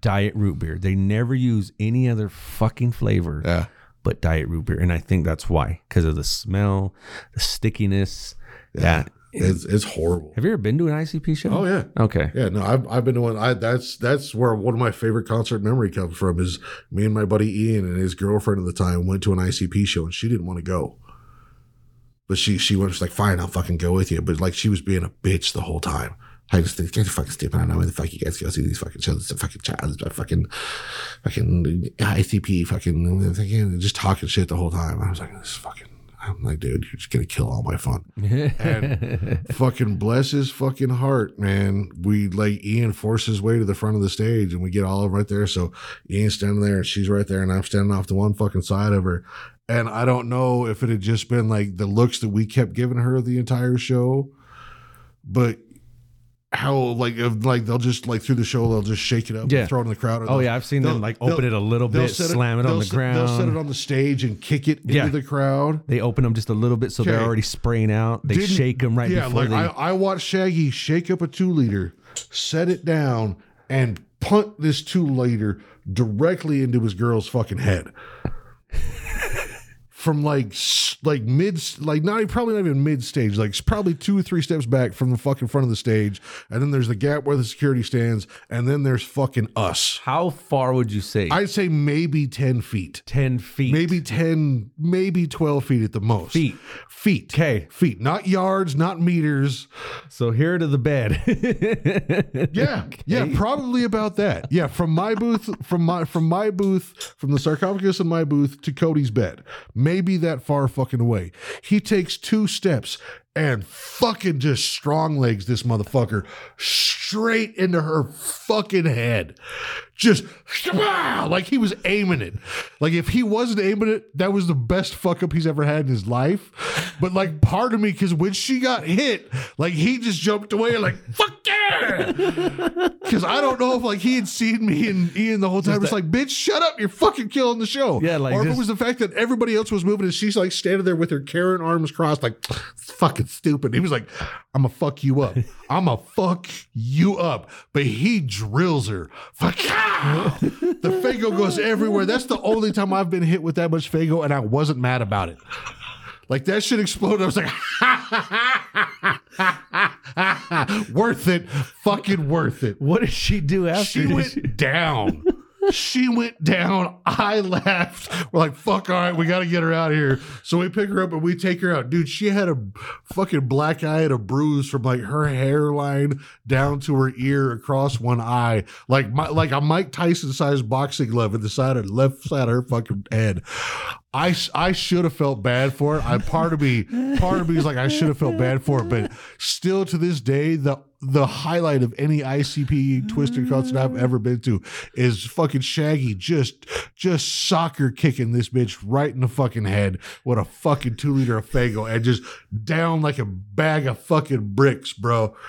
S5: Diet root beer. They never use any other fucking flavor
S3: Yeah.
S5: but diet root beer. And I think that's why, because of the smell, the stickiness. Yeah.
S3: It's, it's horrible.
S5: Have you ever been to an ICP show?
S3: Oh yeah.
S5: Okay.
S3: Yeah, no, I've, I've been to one. I, that's that's where one of my favorite concert memory comes from. Is me and my buddy Ian and his girlfriend at the time went to an ICP show and she didn't want to go, but she she went. She's like, fine, I'll fucking go with you. But like she was being a bitch the whole time. I just think it's fucking stupid. I don't know where the fuck you guys go see these fucking shows. It's a fucking child. It's a fucking fucking ICP fucking fucking- just talking shit the whole time. I was like, this is fucking. I'm like, dude, you're just gonna kill all my fun. And fucking bless his fucking heart, man. We like Ian forced his way to the front of the stage and we get all right there. So Ian's standing there and she's right there and I'm standing off to one fucking side of her. And I don't know if it had just been like the looks that we kept giving her the entire show, but how like if, like they'll just like through the show they'll just shake it up
S5: Yeah.
S3: and throw it in the crowd. or
S5: Oh
S3: they'll-
S5: yeah, I've seen them
S3: they'll-
S5: like open
S3: they'll-
S5: it a little
S3: they'll
S5: bit,
S3: set it-
S5: slam it on
S3: they'll
S5: the
S3: set- They'll set it
S5: ground.
S3: on the stage and kick it
S5: Yeah.
S3: into the crowd.
S5: They open them just a little bit, so they're
S3: Okay.
S5: already spraying out. They
S3: Didn't-
S5: shake them right
S3: yeah,
S5: before
S3: like
S5: they.
S3: I, I watched Shaggy shake up a two liter, set it down, and punt this two liter directly into his girl's fucking head. From like s- like mid like not even- probably not even mid stage like s- probably two or three steps back from the fucking front of the stage, and then there's the gap where the security stands, and then there's fucking us.
S5: How far would you say?
S3: I'd say maybe ten feet.
S5: Ten feet.
S3: Maybe 10, maybe 12 feet at the most.
S5: Feet.
S3: Feet.
S5: Okay.
S3: Feet. Not yards, not meters.
S5: So here to the bed.
S3: Yeah. Yeah, probably about that. Yeah, from my booth from my from my booth from the sarcophagus in my booth to Cody's bed. Maybe that far fucking away. He takes two steps and fucking just strong legs this motherfucker straight into her fucking head. Just like he was aiming it. Like if he wasn't aiming it, that was the best fuck up he's ever had in his life. But like part of me, cause when she got hit, like he just jumped away like fuck yeah. Cause I don't know if like he had seen me and Ian the whole time. It's like, bitch, shut up, you're fucking killing the show.
S5: Yeah, like,
S3: or if
S5: just-
S3: it was the fact that everybody else was moving and she's like standing there with her Karen arms crossed, like it's fucking stupid. He was like, I'ma fuck you up. I'ma fuck you up. But he drills her. Fuck ah! The Fago goes everywhere. That's the only time I've been hit with that much Fago, and I wasn't mad about it. Like that shit exploded. I was like, worth it. Fucking worth it.
S5: what did she do after?
S3: She
S5: this?
S3: went down. She went down. I laughed. We're like, fuck, all right, we got to get her out of here. So we pick her up and we take her out. Dude, she had a fucking black eye and a bruise from like her hairline down to her ear across one eye. Like my, like a Mike Tyson sized boxing glove in the side of left side of her fucking head. I, s- I should have felt bad for it. I part of me part of me is like I should have felt bad for it, but still to this day the the highlight of any ICP twisted concert
S5: Mm.
S3: I've ever been to is fucking Shaggy just just soccer kicking this bitch right in the fucking head with a fucking two liter of Fago and just down like a bag of fucking bricks, bro.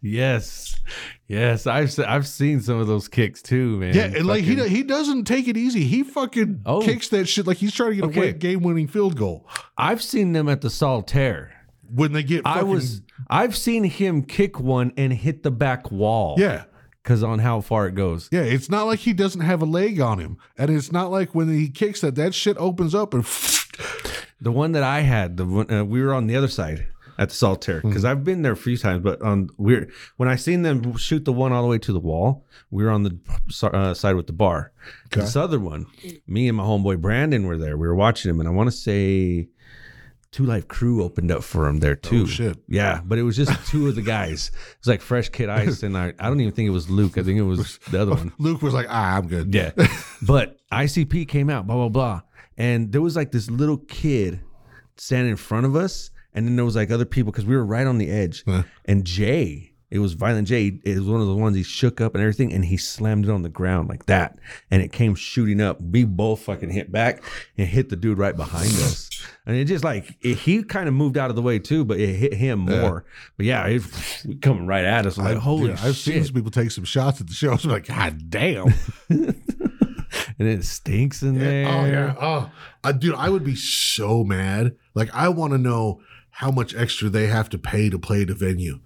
S5: Yes, yes. I've se- I've seen some of those kicks too, man.
S3: Yeah, and like he do-
S5: Fucking-
S3: he doesn't take it easy. He fucking
S5: Oh.
S3: kicks that shit like he's trying to get
S5: Okay.
S3: a game winning field goal
S5: I've seen them at the Saltaire.
S3: when they get.
S5: I
S3: fucking-
S5: was I've seen him kick one and hit the back wall.
S3: yeah.
S5: because on how far it goes.
S3: Yeah, it's not like he doesn't have a leg on him, and it's not like when he kicks that that shit opens up and
S5: The one that I had, the one, uh, we were on the other side at the Saltaire because I've been there a few times. But on we're when I seen them shoot the one all the way to the wall, we were on the uh, side with the bar. This other one, me and my homeboy Brandon were there. We were watching him, and I want to say. Two Life Crew opened up for him there too.
S3: shit.
S5: Yeah, but it was just two of the guys. It was like Fresh Kid Ice, and I, I don't even think it was Luke. I think it was the other one.
S3: Luke was like, "Ah, I'm good."
S5: Yeah. but ICP came out, blah, blah, blah. And there was like this little kid standing in front of us. And then there was like other people because we were right on the edge. And Jay, it was Violent Jay, it was one of the ones he shook up and everything. And he slammed it on the ground like that. And it came shooting up. We both fucking hit back and hit the dude right behind us. And it just like, it, he kind of moved out of the way too, but it hit him more. But yeah, it coming right at us. I'm like, holy
S3: Yeah, I've
S5: shit.
S3: seen some people take some shots at the show. I'm like, "God damn!"
S5: and it stinks in there.
S3: Oh yeah. Oh, I, dude, I would be so mad. Like, I want to know how much extra they have to pay to play at a venue.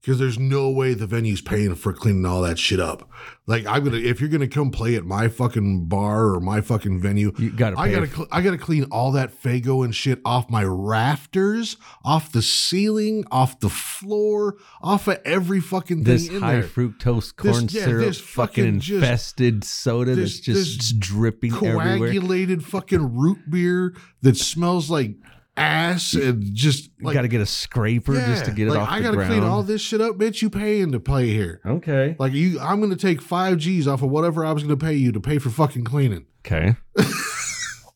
S3: because there's no way the venue's paying for cleaning all that shit up. Like I'm gonna, if you're gonna come play at my fucking bar or my fucking venue,
S5: You gotta
S3: I
S5: pay
S3: gotta,
S5: for-
S3: cl- I gotta clean all that Fago and shit off my rafters, off the ceiling, off the floor, off of every fucking thing
S5: This
S3: in
S5: high
S3: there.
S5: fructose corn
S3: This- yeah,
S5: syrup,
S3: this
S5: fucking
S3: fucking just-
S5: infested soda
S3: this-
S5: that's just
S3: this
S5: dripping everywhere.
S3: coagulated fucking root beer that smells like ass and just like
S5: you got to get a scraper just to
S3: yeah,
S5: get it
S3: like,
S5: off
S3: I
S5: the
S3: gotta
S5: ground. Oh.
S3: clean all this shit up, bitch. You paying to play here.
S5: Okay.
S3: Like you I'm gonna take five G's off of whatever I was gonna pay you to pay for fucking cleaning.
S5: Okay.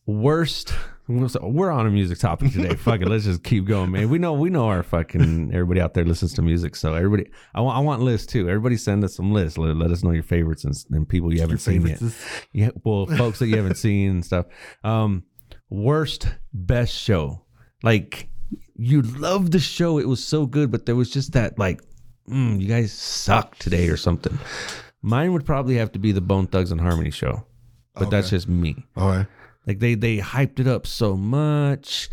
S5: Worst. We're on a music topic today. Fuck it. Let's just keep going, man. We know we know our fucking everybody out there listens to music. So everybody, I want I want lists too. Everybody send us some lists. Let, let us know your favorites and, and people you haven't seen yet. Yeah, well, folks that you haven't seen and stuff. Um, worst best show. Like you loved the show. It was so good, but there was just that like, mm, you guys suck today or something. Mine would probably have to be the Bone Thugs and Harmony show, but that's just me.
S3: All right.
S5: Like they they hyped it up so much.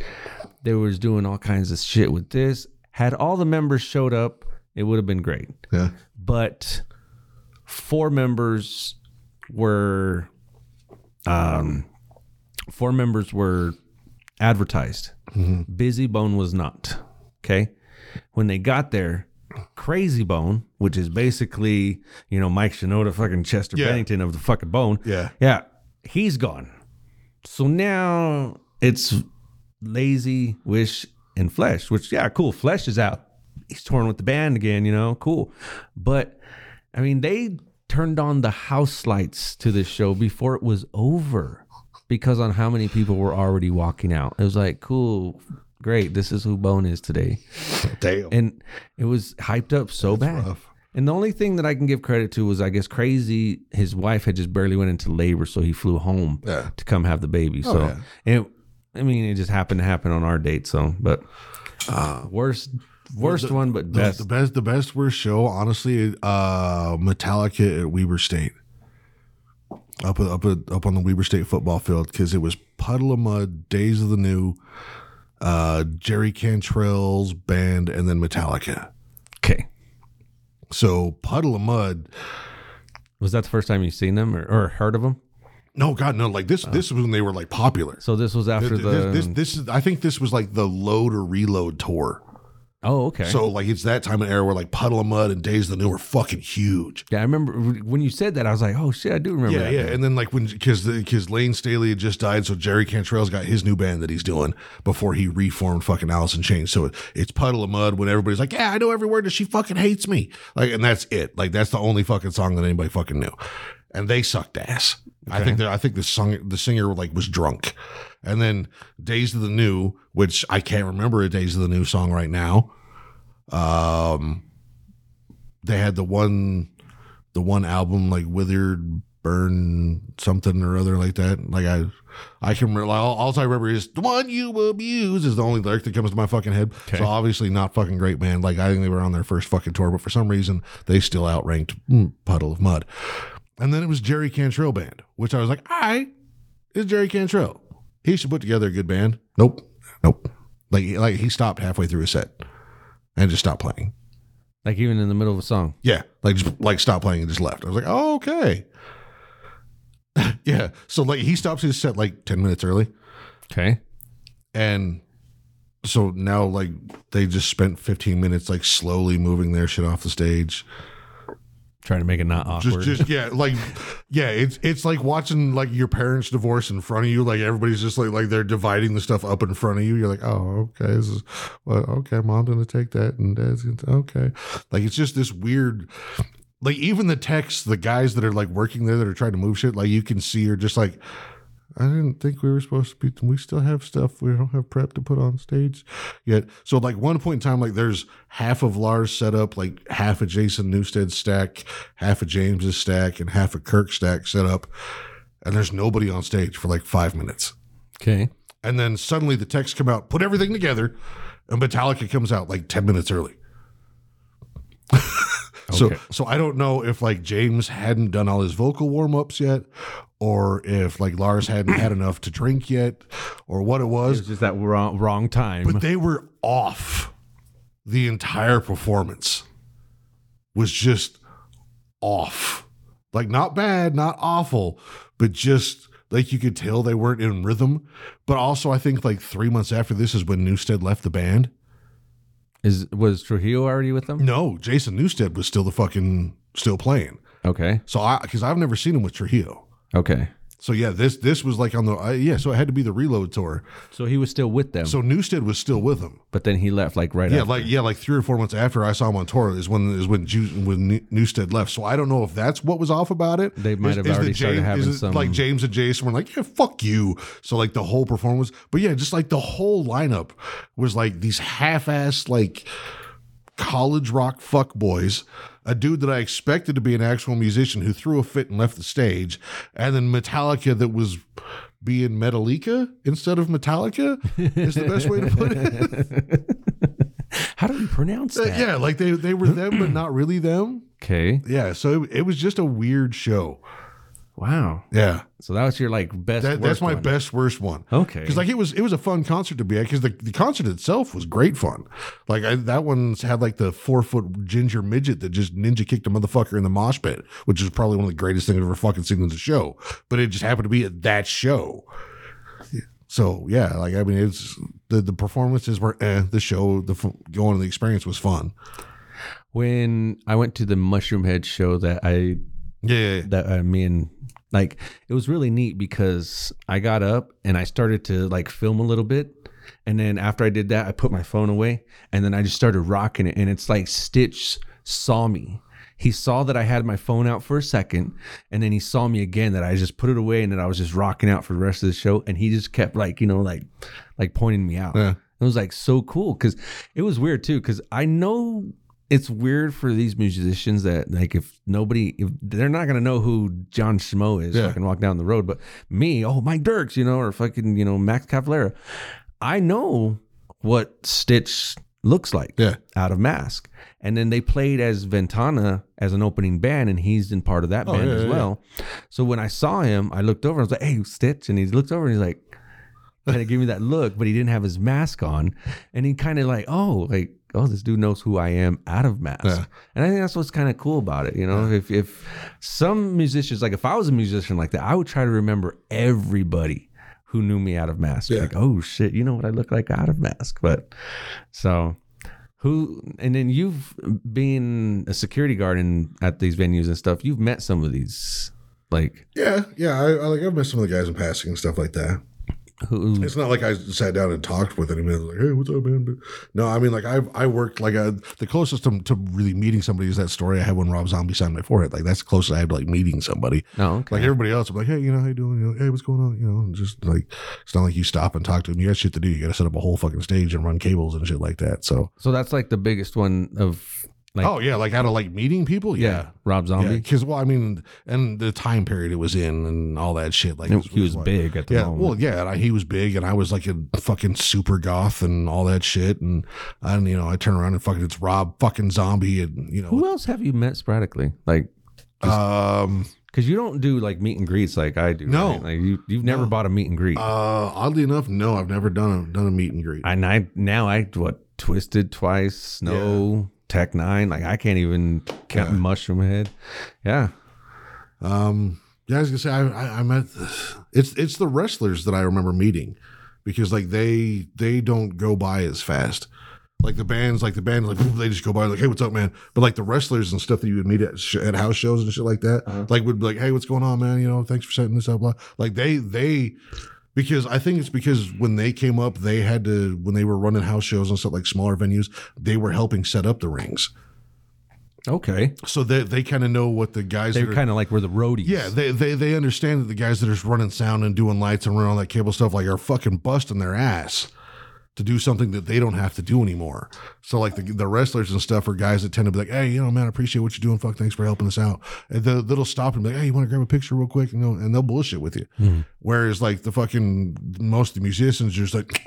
S5: They was doing all kinds of shit with this. Had all the members showed up, it would have been great.
S3: Yeah.
S5: But four members were um four members were advertised.
S3: Mm-hmm.
S5: Busy Bone was not. Okay? When they got there, Crazy Bone, which is basically, you know, Mike Shinoda fucking Chester
S3: Yeah.
S5: Bennington of the fucking bone.
S3: Yeah.
S5: Yeah, he's gone. So now it's lazy wish and flesh, which yeah, cool. Flesh is out. He's touring with the band again, you know, cool. But I mean, they turned on the house lights to this show before it was over because on how many people were already walking out. It was like, cool, great. This is who Bone is today
S3: Damn.
S5: and it was hyped up so bad.
S3: rough.
S5: And the only thing that I can give credit to was, I guess, crazy. His wife had just barely went into labor, so he flew home
S3: Yeah. Oh,
S5: to come have the baby. so,
S3: yeah.
S5: and it, I mean, it just happened to happen on our date. So, but worst, worst one,
S3: Uh,
S5: but
S3: The-
S5: best.
S3: The, best the best worst show, honestly, uh Metallica at Weber State. Up up up on the Weber State football field because it was Puddle of Mud, Days of the New, uh, Jerry Cantrell's band, and then Metallica.
S5: okay,
S3: So Puddle of Mud,
S5: was that the first time you seen them or, or heard of them?
S3: no God, no, like this this was when they were like popular.
S5: So this was Uh. after
S3: Th-
S5: the.
S3: th-
S5: um,
S3: this, this is I think this was like the load or reload tour.
S5: oh, okay.
S3: So like it's that time of era where like Puddle of Mud and Days of the New were fucking huge.
S5: yeah, I remember when you said that. I was like, "Oh shit, I do remember
S3: Yeah,
S5: that."
S3: yeah, and then like when because because Lane Staley had just died, so Jerry Cantrell's got his new band that he's doing before he reformed fucking Alice in Chains. So it, it's Puddle of Mud when everybody's like, yeah, I know every word, and she fucking hates me. Like, and that's it. Like that's the only fucking song that anybody fucking knew, and they sucked ass. I think that I think the song the singer like was drunk, and then Days of the New, which I can't remember a Days of the New song right now. Um, they had the one the one album like withered burn something or other like that like i i can remember all, all i remember is the one you abuse is the only lyric that comes to my fucking head so obviously not fucking great man like i think they were on their first fucking tour but for some reason they still outranked mm, puddle of mud and then it was jerry cantrell band which i was like all right it's jerry cantrell he should put together a good band nope nope like like he stopped halfway through a set and just stopped playing
S5: like even in the middle of a song.
S3: yeah, like just like stopped playing and just left. I was like, oh, okay. yeah. So like he stops his set like ten minutes early,
S5: Okay.
S3: and so now like they just spent fifteen minutes like slowly moving their shit off the stage.
S5: Trying to make it not awkward.
S3: Just, just yeah, like yeah, it's it's like watching like your parents divorce in front of you. Like everybody's just like like they're dividing the stuff up in front of you. You're like, oh, okay, this is well, okay. Mom's gonna take that, and dad's gonna okay. Like it's just this weird. Like even the texts, the guys that are like working there that are trying to move shit, like you can see are just like, I didn't think we were supposed to be. We still have stuff. We don't have prep to put on stage yet. So, like one point in time, like there's half of Lars set up, like half of Jason Newsted's stack, half of James's stack, and half of Kirk's stack set up, and there's nobody on stage for like five minutes.
S5: okay.
S3: And then suddenly the text come out, put everything together, and Metallica comes out like ten minutes early. so
S5: Okay.
S3: so I don't know if like James hadn't done all his vocal warm ups yet, or if like Lars hadn't had enough to drink yet, or what it was.
S5: It's just that wrong wrong time.
S3: But they were off the entire performance. was just off. Like not bad, not awful, but just like you could tell they weren't in rhythm. But also I think like three months after this is when Newstead left the band.
S5: Is was Trujillo already with them?
S3: No, Jason Newstead was still the fucking still playing.
S5: Okay.
S3: So I because I've never seen him with Trujillo.
S5: Okay.
S3: So yeah, this this was like on the uh, yeah. So it had to be the reload tour.
S5: So he was still with them,
S3: So Newstead was still with him.
S5: but then he left like right
S3: Yeah,
S5: after.
S3: like yeah, like three or four months after I saw him on tour is when is when Ju- when New- Newstead left. So I don't know if that's what was off about it.
S5: They might
S3: Is-
S5: have
S3: is that
S5: already started
S3: James-
S5: having
S3: is it
S5: some-
S3: like James and Jason were like, yeah, fuck you. So like the whole performance, but yeah, just like the whole lineup was like these half-ass like college rock fuck boys. A dude that I expected to be an actual musician who threw a fit and left the stage, and then Metallica that was being Metallica instead of Metallica is the best way to put it.
S5: How do we pronounce
S3: Uh,
S5: that?
S3: yeah, like they they were them, but not really them.
S5: Okay.
S3: Yeah, so it, it was just a weird show.
S5: Wow.
S3: Yeah,
S5: So that was your like best.
S3: that, that's
S5: worst
S3: my
S5: one.
S3: best worst one.
S5: Okay.
S3: because like it was it was a fun concert to be at because the, the concert itself was great fun. Like I, that one's had like the four foot ginger midget that just ninja kicked a motherfucker in the mosh pit, which is probably one of the greatest things I've ever fucking seen in the show. But it just happened to be at that show. So yeah, like I mean, it's the the performances were eh, the show the f- going the experience was fun.
S5: When I went to the Mushroom Head show that I
S3: Yeah, yeah, yeah.
S5: that uh, me and like it was really neat because I got up and I started to like film a little bit. And then after I did that, I put my phone away and then I just started rocking it. And it's like Stitch saw me. He saw that I had my phone out for a second and then he saw me again that I just put it away and that I was just rocking out for the rest of the show. And he just kept like, you know, like like pointing me out.
S3: Yeah.
S5: It was like so cool because it was weird too. Because I know it's weird for these musicians that like if nobody if they're not gonna know who John Schmo is,
S3: Yeah.
S5: fucking walk down the road. But me, oh Mike Dirks, you know, or fucking you know Max Cavalera, I know what Stitch looks like
S3: Yeah.
S5: out of Mask. And then they played as Ventana as an opening band, and he's in part of that band
S3: Oh, yeah,
S5: as
S3: yeah,
S5: well. So when I saw him, I looked over and I was like, "Hey, Stitch," and he looked over and he's like kind of gave me that look, but he didn't have his mask on. And he kind of like, oh, like, oh, this dude knows who I am out of mask.
S3: Yeah.
S5: And I think that's what's kind of cool about it. You know, if, if some musicians, like if I was a musician like that, I would try to remember everybody who knew me out of mask.
S3: Yeah.
S5: Like, oh shit, you know what I look like out of mask. But so who, and then you've been a security guard in, at these venues and stuff. You've met some of these, like,
S3: Yeah, yeah. I, I like I've met some of the guys in passing and stuff like that.
S5: who,
S3: It's not like I sat down and talked with anybody like, "Hey, what's up, man?" No, I mean like I I worked like uh the closest to, to really meeting somebody is that story I had when Rob Zombie signed my forehead. Like that's the closest I had to like meeting somebody.
S5: oh, okay.
S3: Like everybody else, I'm like, "Hey, you know how you doing? You know, hey, what's going on?" You know, and just like it's not like you stop and talk to them. You got shit to do. You got to set up a whole fucking stage and run cables and shit like that. So
S5: so that's like the biggest one of, like,
S3: oh yeah, like out of like meeting people,
S5: Yeah,
S3: yeah.
S5: Rob Zombie.
S3: because well, I mean, and the time period it was in and all that shit. Like,
S5: he was big at the
S3: yeah,
S5: moment.
S3: well, yeah, and I, he was big, and I was like a fucking super goth and all that shit. And I, you know, I turn around and fucking it's Rob fucking Zombie, and you know,
S5: Who else have you met sporadically? Like,
S3: um,
S5: because you don't do like meet and greets like I do.
S3: No.
S5: right? like you you've never bought a meet and greet.
S3: uh, oddly enough, no, I've never done a done a meet and greet.
S5: and I now I what twisted twice, snow, tech nine. Like I can't even count mushroom head. Yeah,
S3: Um, yeah, I was gonna say I, I, I met it's it's the wrestlers that I remember meeting because like they they don't go by as fast. Like the bands, like the band, like they just go by like, hey, what's up, man? But like the wrestlers and stuff that you would meet at, sh- at house shows and shit like that, like would be like, hey, what's going on, man? You know, thanks for setting this up. Blah. Like they they because I think it's because when they came up, they had to when they were running house shows and stuff like smaller venues, they were helping set up the rings,
S5: okay.
S3: so they they kind of know what the guys
S5: They
S3: that are-
S5: kind of like were the roadies.
S3: yeah, they, they they understand that the guys that are just running sound and doing lights and running all that cable stuff like are fucking busting their ass to do something that they don't have to do anymore. So like the, the wrestlers and stuff are guys that tend to be like, hey, you know, man, I appreciate what you're doing. Fuck, thanks for helping us out. And they'll, they'll stop and be like, hey, you want to grab a picture real quick? And they'll, and they'll bullshit with you. Whereas like the fucking most of the musicians are just like.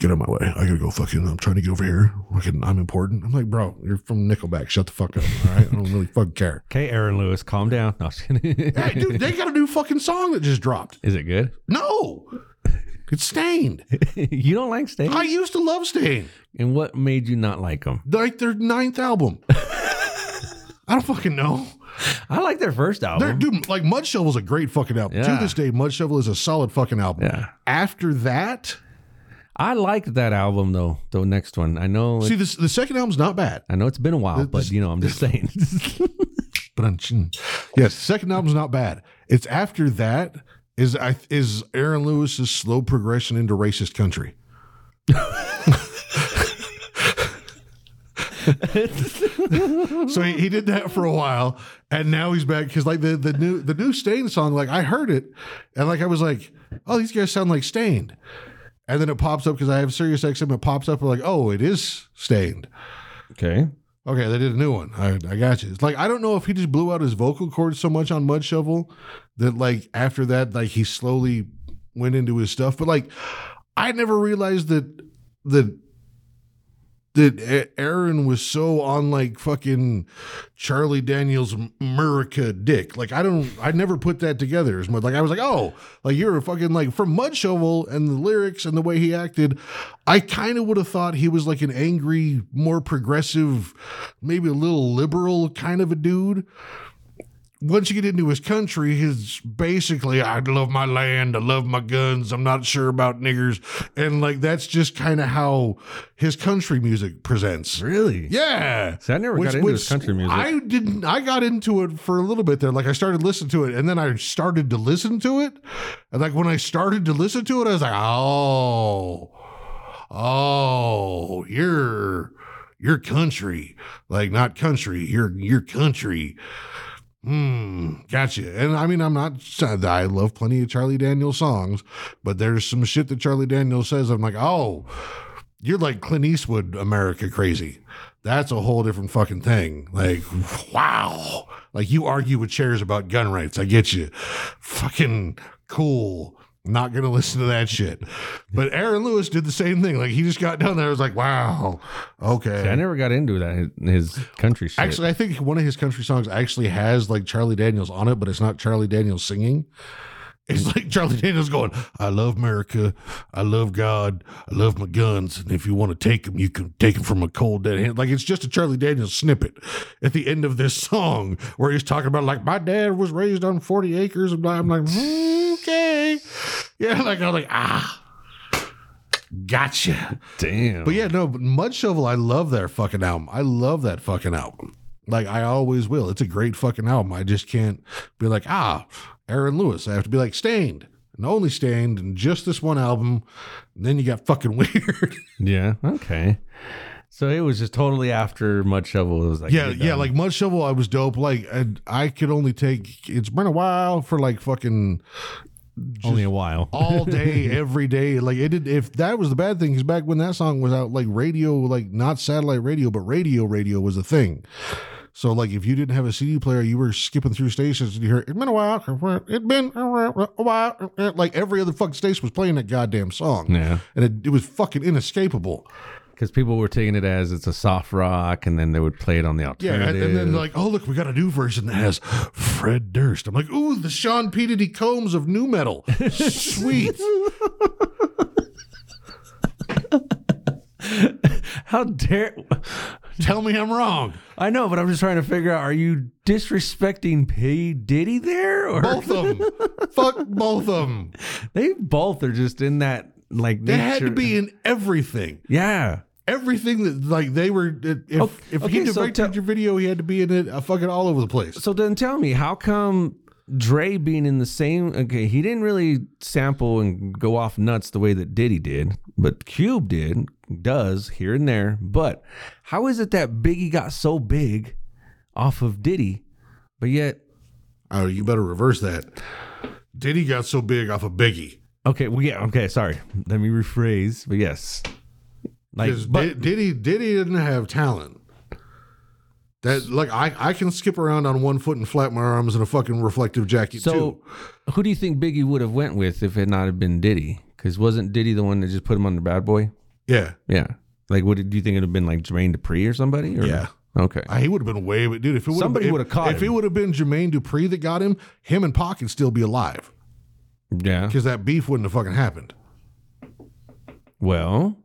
S3: Get out of my way. I gotta go fucking. I'm trying to get over here. Fucking, I'm important. I'm like, bro, you're from Nickelback. Shut the fuck up. All right. I don't really fucking care.
S5: Okay, Aaron Lewis, calm down. No, I'm just kidding.
S3: Hey, dude, they got a new fucking song that just dropped.
S5: Is it good?
S3: No, it's Stained.
S5: you don't like Stain?
S3: I used to love Stained,
S5: and what made you not like them?
S3: like their ninth album. I don't fucking know.
S5: I like their first
S3: They're,
S5: album.
S3: dude, like Mud Shovel's a great fucking album.
S5: Yeah.
S3: To this day, Mud Shovel is a solid fucking album.
S5: Yeah.
S3: After that,
S5: I liked that album though. The next one, I know.
S3: see this the second album's not bad.
S5: I know it's been a while, but
S3: this-
S5: you know, I'm just saying.
S3: Brunchin. Hmm. Yes, second album's not bad. It's after that is I is Aaron Lewis's slow progression into racist country. so he, he did that for a while, and now he's back because like the the new the new Stain song, like I heard it, and like I was like, oh, these guys sound like Stained, and then it pops up because I have Sirius XM. It pops up, I'm like, oh, it is Stained.
S5: okay.
S3: Okay, they did a new one. I, I got you. It's like I don't know if he just blew out his vocal cords so much on Mud Shovel that like after that, like he slowly went into his stuff. But like I never realized that that that A- Aaron was so on like fucking Charlie Daniels America dick. Like I don't I never put that together as much. Like I was like, oh, like you're a fucking like from Mud Shovel and the lyrics and the way he acted, I kind of would have thought he was like an angry, more progressive, maybe a little liberal kind of a dude. Once you get into his country, his basically, I love my land, I love my guns, I'm not sure about niggers. And like, that's just kind of how his country music presents.
S5: Really?
S3: Yeah.
S5: See, I never got into his country music.
S3: I didn't. I got into it for a little bit there. Like I started listening to it, and then I started to listen to it, and like when I started to listen to it, I was like, oh, oh, you're your country, like not country, your your country. Hmm, gotcha. And I mean, I'm not. I love plenty of Charlie Daniels songs, but there's some shit that Charlie Daniels says. I'm like, oh, you're like Clint Eastwood America crazy. That's a whole different fucking thing. Like, wow. Like you argue with chairs about gun rights. I get you. Fucking cool. Not gonna listen to that shit. But Aaron Lewis did the same thing. Like he just got down there. I was like, wow. Okay.
S5: I never got into that his country shit.
S3: Actually, I think one of his country songs actually has like Charlie Daniels on it, but it's not Charlie Daniels singing. It's like Charlie Daniels going, I love America. I love God. I love my guns. And if you want to take them, you can take them from a cold dead hand. Like it's just a Charlie Daniels snippet at the end of this song where he's talking about, like, my dad was raised on 40 acres. And blah. I'm like, "Mm, okay. Yeah. Like, I'm like, ah, gotcha.
S5: damn.
S3: But yeah, no, but Mud Shovel, I love their fucking album. I love that fucking album. Like I always will. It's a great fucking album. I just can't be like, ah, Aaron Lewis. I have to be like Stained and only Stained and just this one album. And then you got fucking weird.
S5: yeah. Okay. So it was just totally after Mud Shovel. It was like
S3: yeah,
S5: you're
S3: yeah.
S5: done.
S3: Like Mud Shovel, I was dope. Like I, I could only take. It's been a while for like fucking
S5: only a while.
S3: all day, every day. Like it did. If that was the bad thing, because back when that song was out, like radio, like not satellite radio, but radio, radio was a thing. So like, if you didn't have a CD player, you were skipping through stations and you hear it's been a while, it's been a while. Like every other fucking station was playing that goddamn song.
S5: Yeah.
S3: and it, it was fucking inescapable.
S5: Because people were taking it as it's a soft rock, and then they would play it on the
S3: Yeah,
S5: alternative.
S3: and, and then like, oh look, we got a new version that has Fred Durst. I'm like, ooh, the Sean P. Diddy Combs of new metal. Sweet.
S5: how dare?
S3: Tell me I'm wrong.
S5: I know, but I'm just trying to figure out: Are you disrespecting P Diddy there, or
S3: Both of them. Fuck both of them.
S5: they both are just in that like
S3: They had to
S5: nature-
S3: be in everything.
S5: Yeah.
S3: Everything that like they were. If
S5: Okay-
S3: if he
S5: okay, so
S3: directed
S5: tell-
S3: your video, he had to be in it. Uh, fucking all over the place.
S5: So then tell me, how come Dre being in the same okay, he didn't really sample and go off nuts the way that Diddy did, but Cube did, does here and there. But how is it that Biggie got so big off of Diddy, but yet
S3: Oh, you better reverse that. Diddy got so big off of Biggie.
S5: okay, well yeah, okay, sorry. Let me rephrase, but yes. Like
S3: 'Cause
S5: but
S3: Did- Diddy Diddy didn't have talent. That like I I can skip around on one foot and flap my arms in a fucking reflective jacket
S5: so
S3: too.
S5: who do you think Biggie would have went with if it not have been Diddy? Because wasn't Diddy the one that just put him on the bad boy?
S3: Yeah,
S5: Yeah. Like, what did do you think it would have been like Jermaine Dupri or somebody? Or?
S3: Yeah.
S5: Okay.
S3: I- Uh, he would have been way, but dude, if it would
S5: Somebody would've caught
S3: if
S5: him.
S3: it would have been Jermaine Dupri that got him, him and Pac could still be alive.
S5: yeah.
S3: because that beef wouldn't have fucking happened.
S5: Well,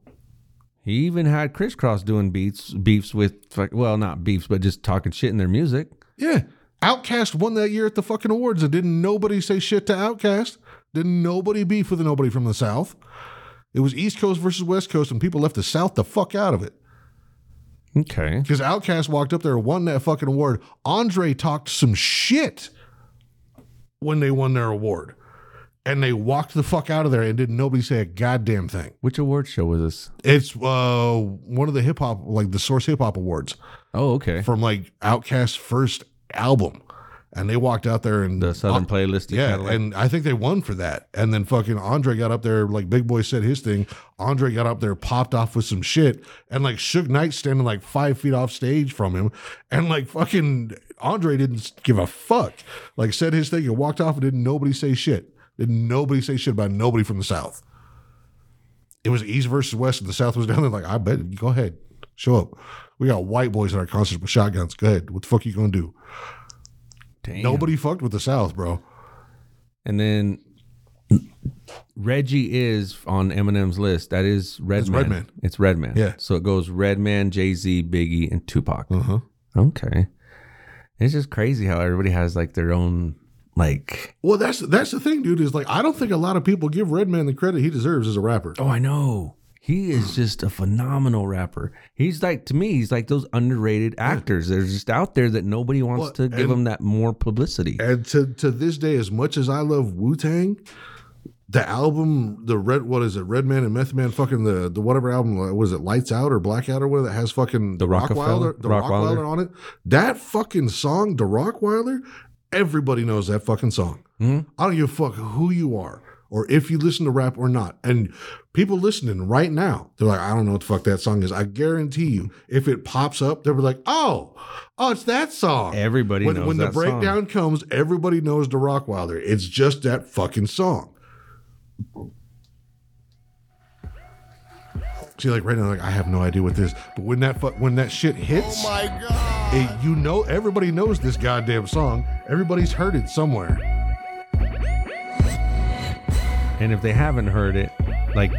S5: He even had Crisscross doing beats, beefs with, fuck- well, not beefs, but just talking shit in their music.
S3: Yeah. Outcast won that year at the fucking awards and didn't nobody say shit to Outcast. Didn't nobody beef with nobody from the South. It was East Coast versus West Coast, and people left the South the fuck out of it.
S5: Okay.
S3: Because Outcast walked up there, won that fucking award. Andre talked some shit when they won their award. And they walked the fuck out of there and didn't nobody say a goddamn thing.
S5: Which award show was this?
S3: It's uh, one of the hip hop, like the Source Hip Hop Awards
S5: Oh, okay.
S3: from like Outcast's first album. And they walked out there and
S5: the Southern playlist.
S3: Yeah,
S5: Cadillac.
S3: and I think they won for that. And then fucking Andre got up there, like Big Boy said his thing. Andre got up there, popped off with some shit, and like Suge Knight standing like five feet off stage from him, and like fucking Andre didn't give a fuck. Like said his thing and walked off, and didn't nobody say shit. Didn't nobody say shit about nobody from the South. It was East versus West, and the South was down there. Like I bet, go ahead, show up. We got white boys at our concert with shotguns. Go ahead. What the fuck you gonna do?
S5: Damn.
S3: Nobody fucked with the South, bro.
S5: And then Reggie is on Eminem's list. That is Redman. It's
S3: Redman.
S5: It's Redman.
S3: Yeah.
S5: So it goes Redman, Jay Z, Biggie, and Tupac.
S3: Uh-huh.
S5: Okay. It's just crazy how everybody has like their own like.
S3: Well, that's that's the thing, dude. Is like I don't think a lot of people give Redman the credit he deserves as a rapper.
S5: Oh, I know. He is just a phenomenal rapper. He's like to me, he's like those underrated actors. They're just out there that nobody wants
S3: Well, Eh.
S5: to give them that more publicity.
S3: And to to this day, as much as I love Wu Tang, the album, the red, what is it, Redman and Meth Man, fucking the the whatever album was it, Lights Out or Blackout or whatever that has fucking
S5: The Rockefeller-
S3: Rockwilder, the
S5: Rockwilder.
S3: Rockwilder on it. That fucking song, the Rockwilder, everybody knows that fucking song. I don't give a fuck who you are or if you listen to rap or not. And people listening right now, they're like, I don't know what the fuck that song is. I guarantee you, if it pops up, they'll be like, oh, oh, it's that song.
S5: Everybody
S3: when,
S5: knows
S3: when the
S5: that song.
S3: breakdown comes, everybody knows the Rockwilder. It's just that fucking song. See, like right now, like I have no idea what this. But when that fu- when that shit hits, oh my god! you know, everybody knows this goddamn song. Everybody's heard it somewhere.
S5: And if they haven't heard it, like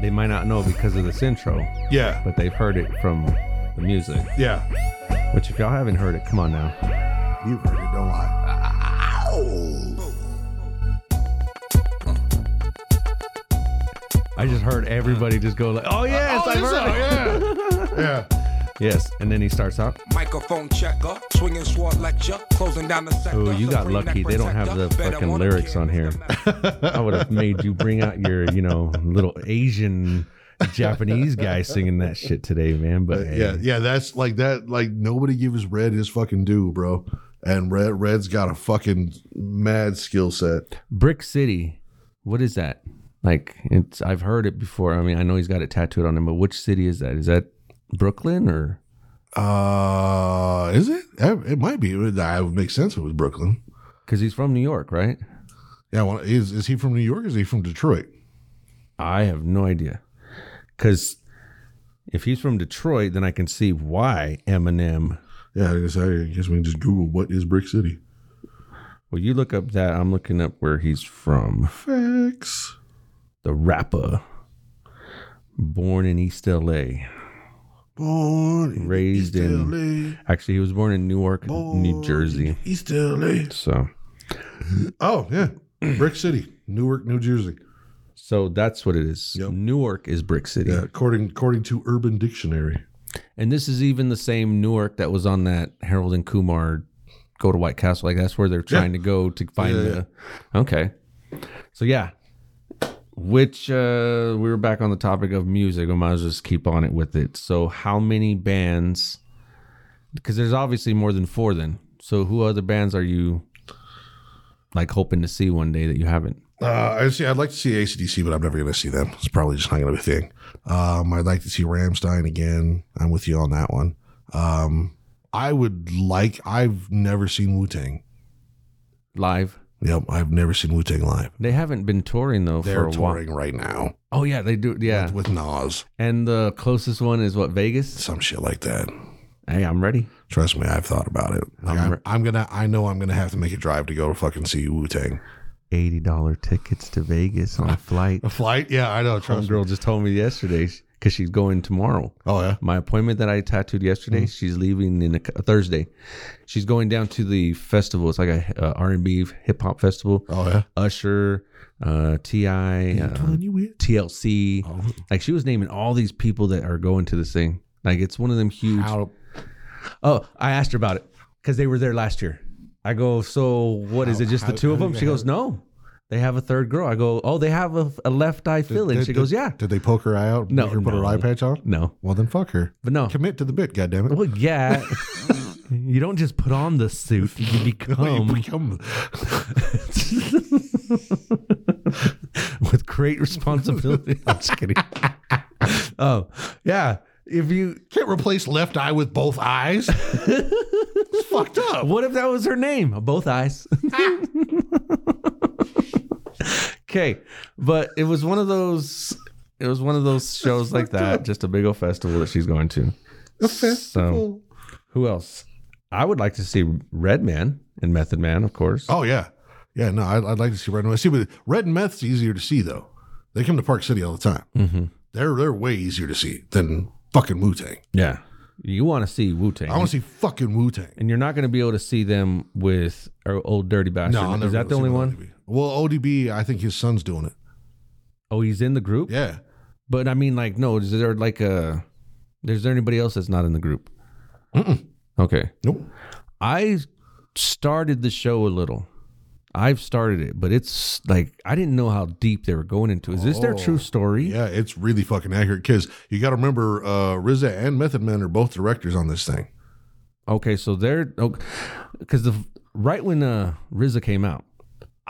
S5: they might not know because of this intro,
S3: Yeah,
S5: but they've heard it from the music.
S3: yeah.
S5: Which, if y'all haven't heard it, come on now.
S3: You heard it, don't lie.
S5: I just heard everybody just go like, "Oh yes, I've heard it."
S3: Oh, Yeah,
S5: Yes, and then he starts out.
S6: Microphone checker, swinging sword lecture, closing down the sector.
S5: Oh, you got
S6: Supreme
S5: lucky.
S6: neck
S5: They don't have the
S6: protector. Bet I
S5: fucking
S6: wanna
S5: lyrics
S6: kill
S5: on
S6: Mr.
S5: here.
S6: Mac.
S5: I would have made you bring out your, you know, little Asian Japanese guy singing that shit today, man. But hey,
S3: yeah, yeah. That's like that. Like nobody gives Red his fucking due, bro. And Red Red's got a fucking mad skill set.
S5: Brick City, what is that? Like, it's I've heard it before. I mean, I know he's got it tattooed on him, but which city is that? Is that Brooklyn or?
S3: Uh, is it? It might be. It would, that would make sense if it was Brooklyn.
S5: Because he's from New York, right?
S3: Yeah. Well, is is he from New York? Or is he from Detroit?
S5: I have no idea. Because if he's from Detroit, then I can see why Eminem.
S3: Yeah. I guess I guess we can just Google what is Brick City.
S5: Well, you look up that. I'm looking up where he's from.
S3: Facts.
S5: The rapper. Born in East LA.
S3: Born in
S5: Raised
S3: East
S5: in-
S3: LA,
S5: Actually, he was born in Newark, New Jersey.
S3: East LA.
S5: So,
S3: Oh yeah, Brick City, Newark, New Jersey.
S5: so that's what it is.
S3: Yep.
S5: Newark is Brick City.
S3: Yeah, according according to Urban Dictionary.
S5: And this is even the same Newark that was on that Harold and Kumar go to White Castle. Like that's where they're trying to go to find
S3: Yeah,
S5: the. Okay, so yeah, which uh, we were back on the topic of music. I might as well just keep on it with it. So how many bands? Because there's obviously more than four. Then so who other bands are you like hoping to see one day that you haven't?
S3: Uh, I see. I'd like to see ACDC, but I'm never going to see them. It's probably just not going to be a thing. Um, I'd like to see Ramstein again. I'm with you on that one. Um, I would like. I've never seen Wu Tang.
S5: Live.
S3: Yep, I've never seen Wu Tang live.
S5: They haven't been touring though for
S3: They're
S5: a
S3: touring
S5: while.
S3: right now
S5: Oh yeah, they do. Yeah,
S3: with Nas,
S5: and the closest one is what Vegas.
S3: some shit like that.
S5: Hey, I'm ready.
S3: Trust me, I've thought about it. Like,
S5: I'm
S3: I'm,
S5: re-
S3: I'm gonna. I know I'm gonna have to make a drive to go to fucking see Wu Tang.
S5: eighty dollar tickets to Vegas on a flight.
S3: A flight? Yeah, I know. Trust me.
S5: Homegirl just told me yesterday because she's going tomorrow.
S3: Oh yeah.
S5: My appointment that I tattooed yesterday, she's leaving in a, a Thursday. She's going down to the festival. It's like a uh, R and B hip hop festival.
S3: Oh yeah.
S5: Usher, uh, Ti, uh,
S3: you with.
S5: TLC. Like she was naming all these people that are going to this thing. Like it's one of them huge.
S3: How,
S5: Oh, I asked her about it because they were there last year. I go, so what is it? Just the
S3: how-
S5: two of
S3: how
S5: them?
S3: do
S5: She
S3: they
S5: goes, no, they have a third girl. I go, oh, they have a, a left eye filling.
S3: did-
S5: she goes,
S3: did-
S5: yeah,
S3: Did they poke her eye out?
S5: No,
S3: Make her put her
S5: no.
S3: eye patch on?
S5: no,
S3: Well, then fuck her.
S5: but no,
S3: Commit to the bit, goddammit.
S5: well, yeah. you don't just put on the suit; you
S3: You
S5: become
S3: become-
S5: with great responsibility.
S3: I'm just kidding.
S5: oh, yeah. If you,
S3: Can't replace left eye with both eyes. it's fucked up.
S5: what if that was her name? Both eyes. Okay, but it was one of those. It was one of those shows like that, just a big old festival that she's going to. So, who else? I would like to see Redman and Method Man, of course.
S3: Oh yeah, yeah. No, I'd, I'd like to see red and meth. See, but red and meth's easier to see though. They come to Park City all the time.
S5: Mm-hmm.
S3: They're they're way easier to see than fucking Wu Tang.
S5: Yeah, you want to see
S3: I
S5: Wu
S3: want
S5: Tang,
S3: to see fucking Wu Tang.
S5: and you're not going to be able to see them with our old dirty bastard.
S3: No, I'll never
S5: is that
S3: go
S5: the
S3: see
S5: only
S3: no
S5: one?
S3: ODB. Well, ODB, I think his son's doing it.
S5: Oh, he's in the group.
S3: Yeah,
S5: But I mean, like, no, is there like a? Is there anybody else that's not in the group? Okay.
S3: nope.
S5: I started the show a little. I've started it, but it's like I didn't know how deep they were going into. it. Is this their true story?
S3: Yeah, it's really fucking accurate because you got to remember uh, RZA and Method Man are both directors on this thing.
S5: Okay, so they're because the right when uh, RZA came out,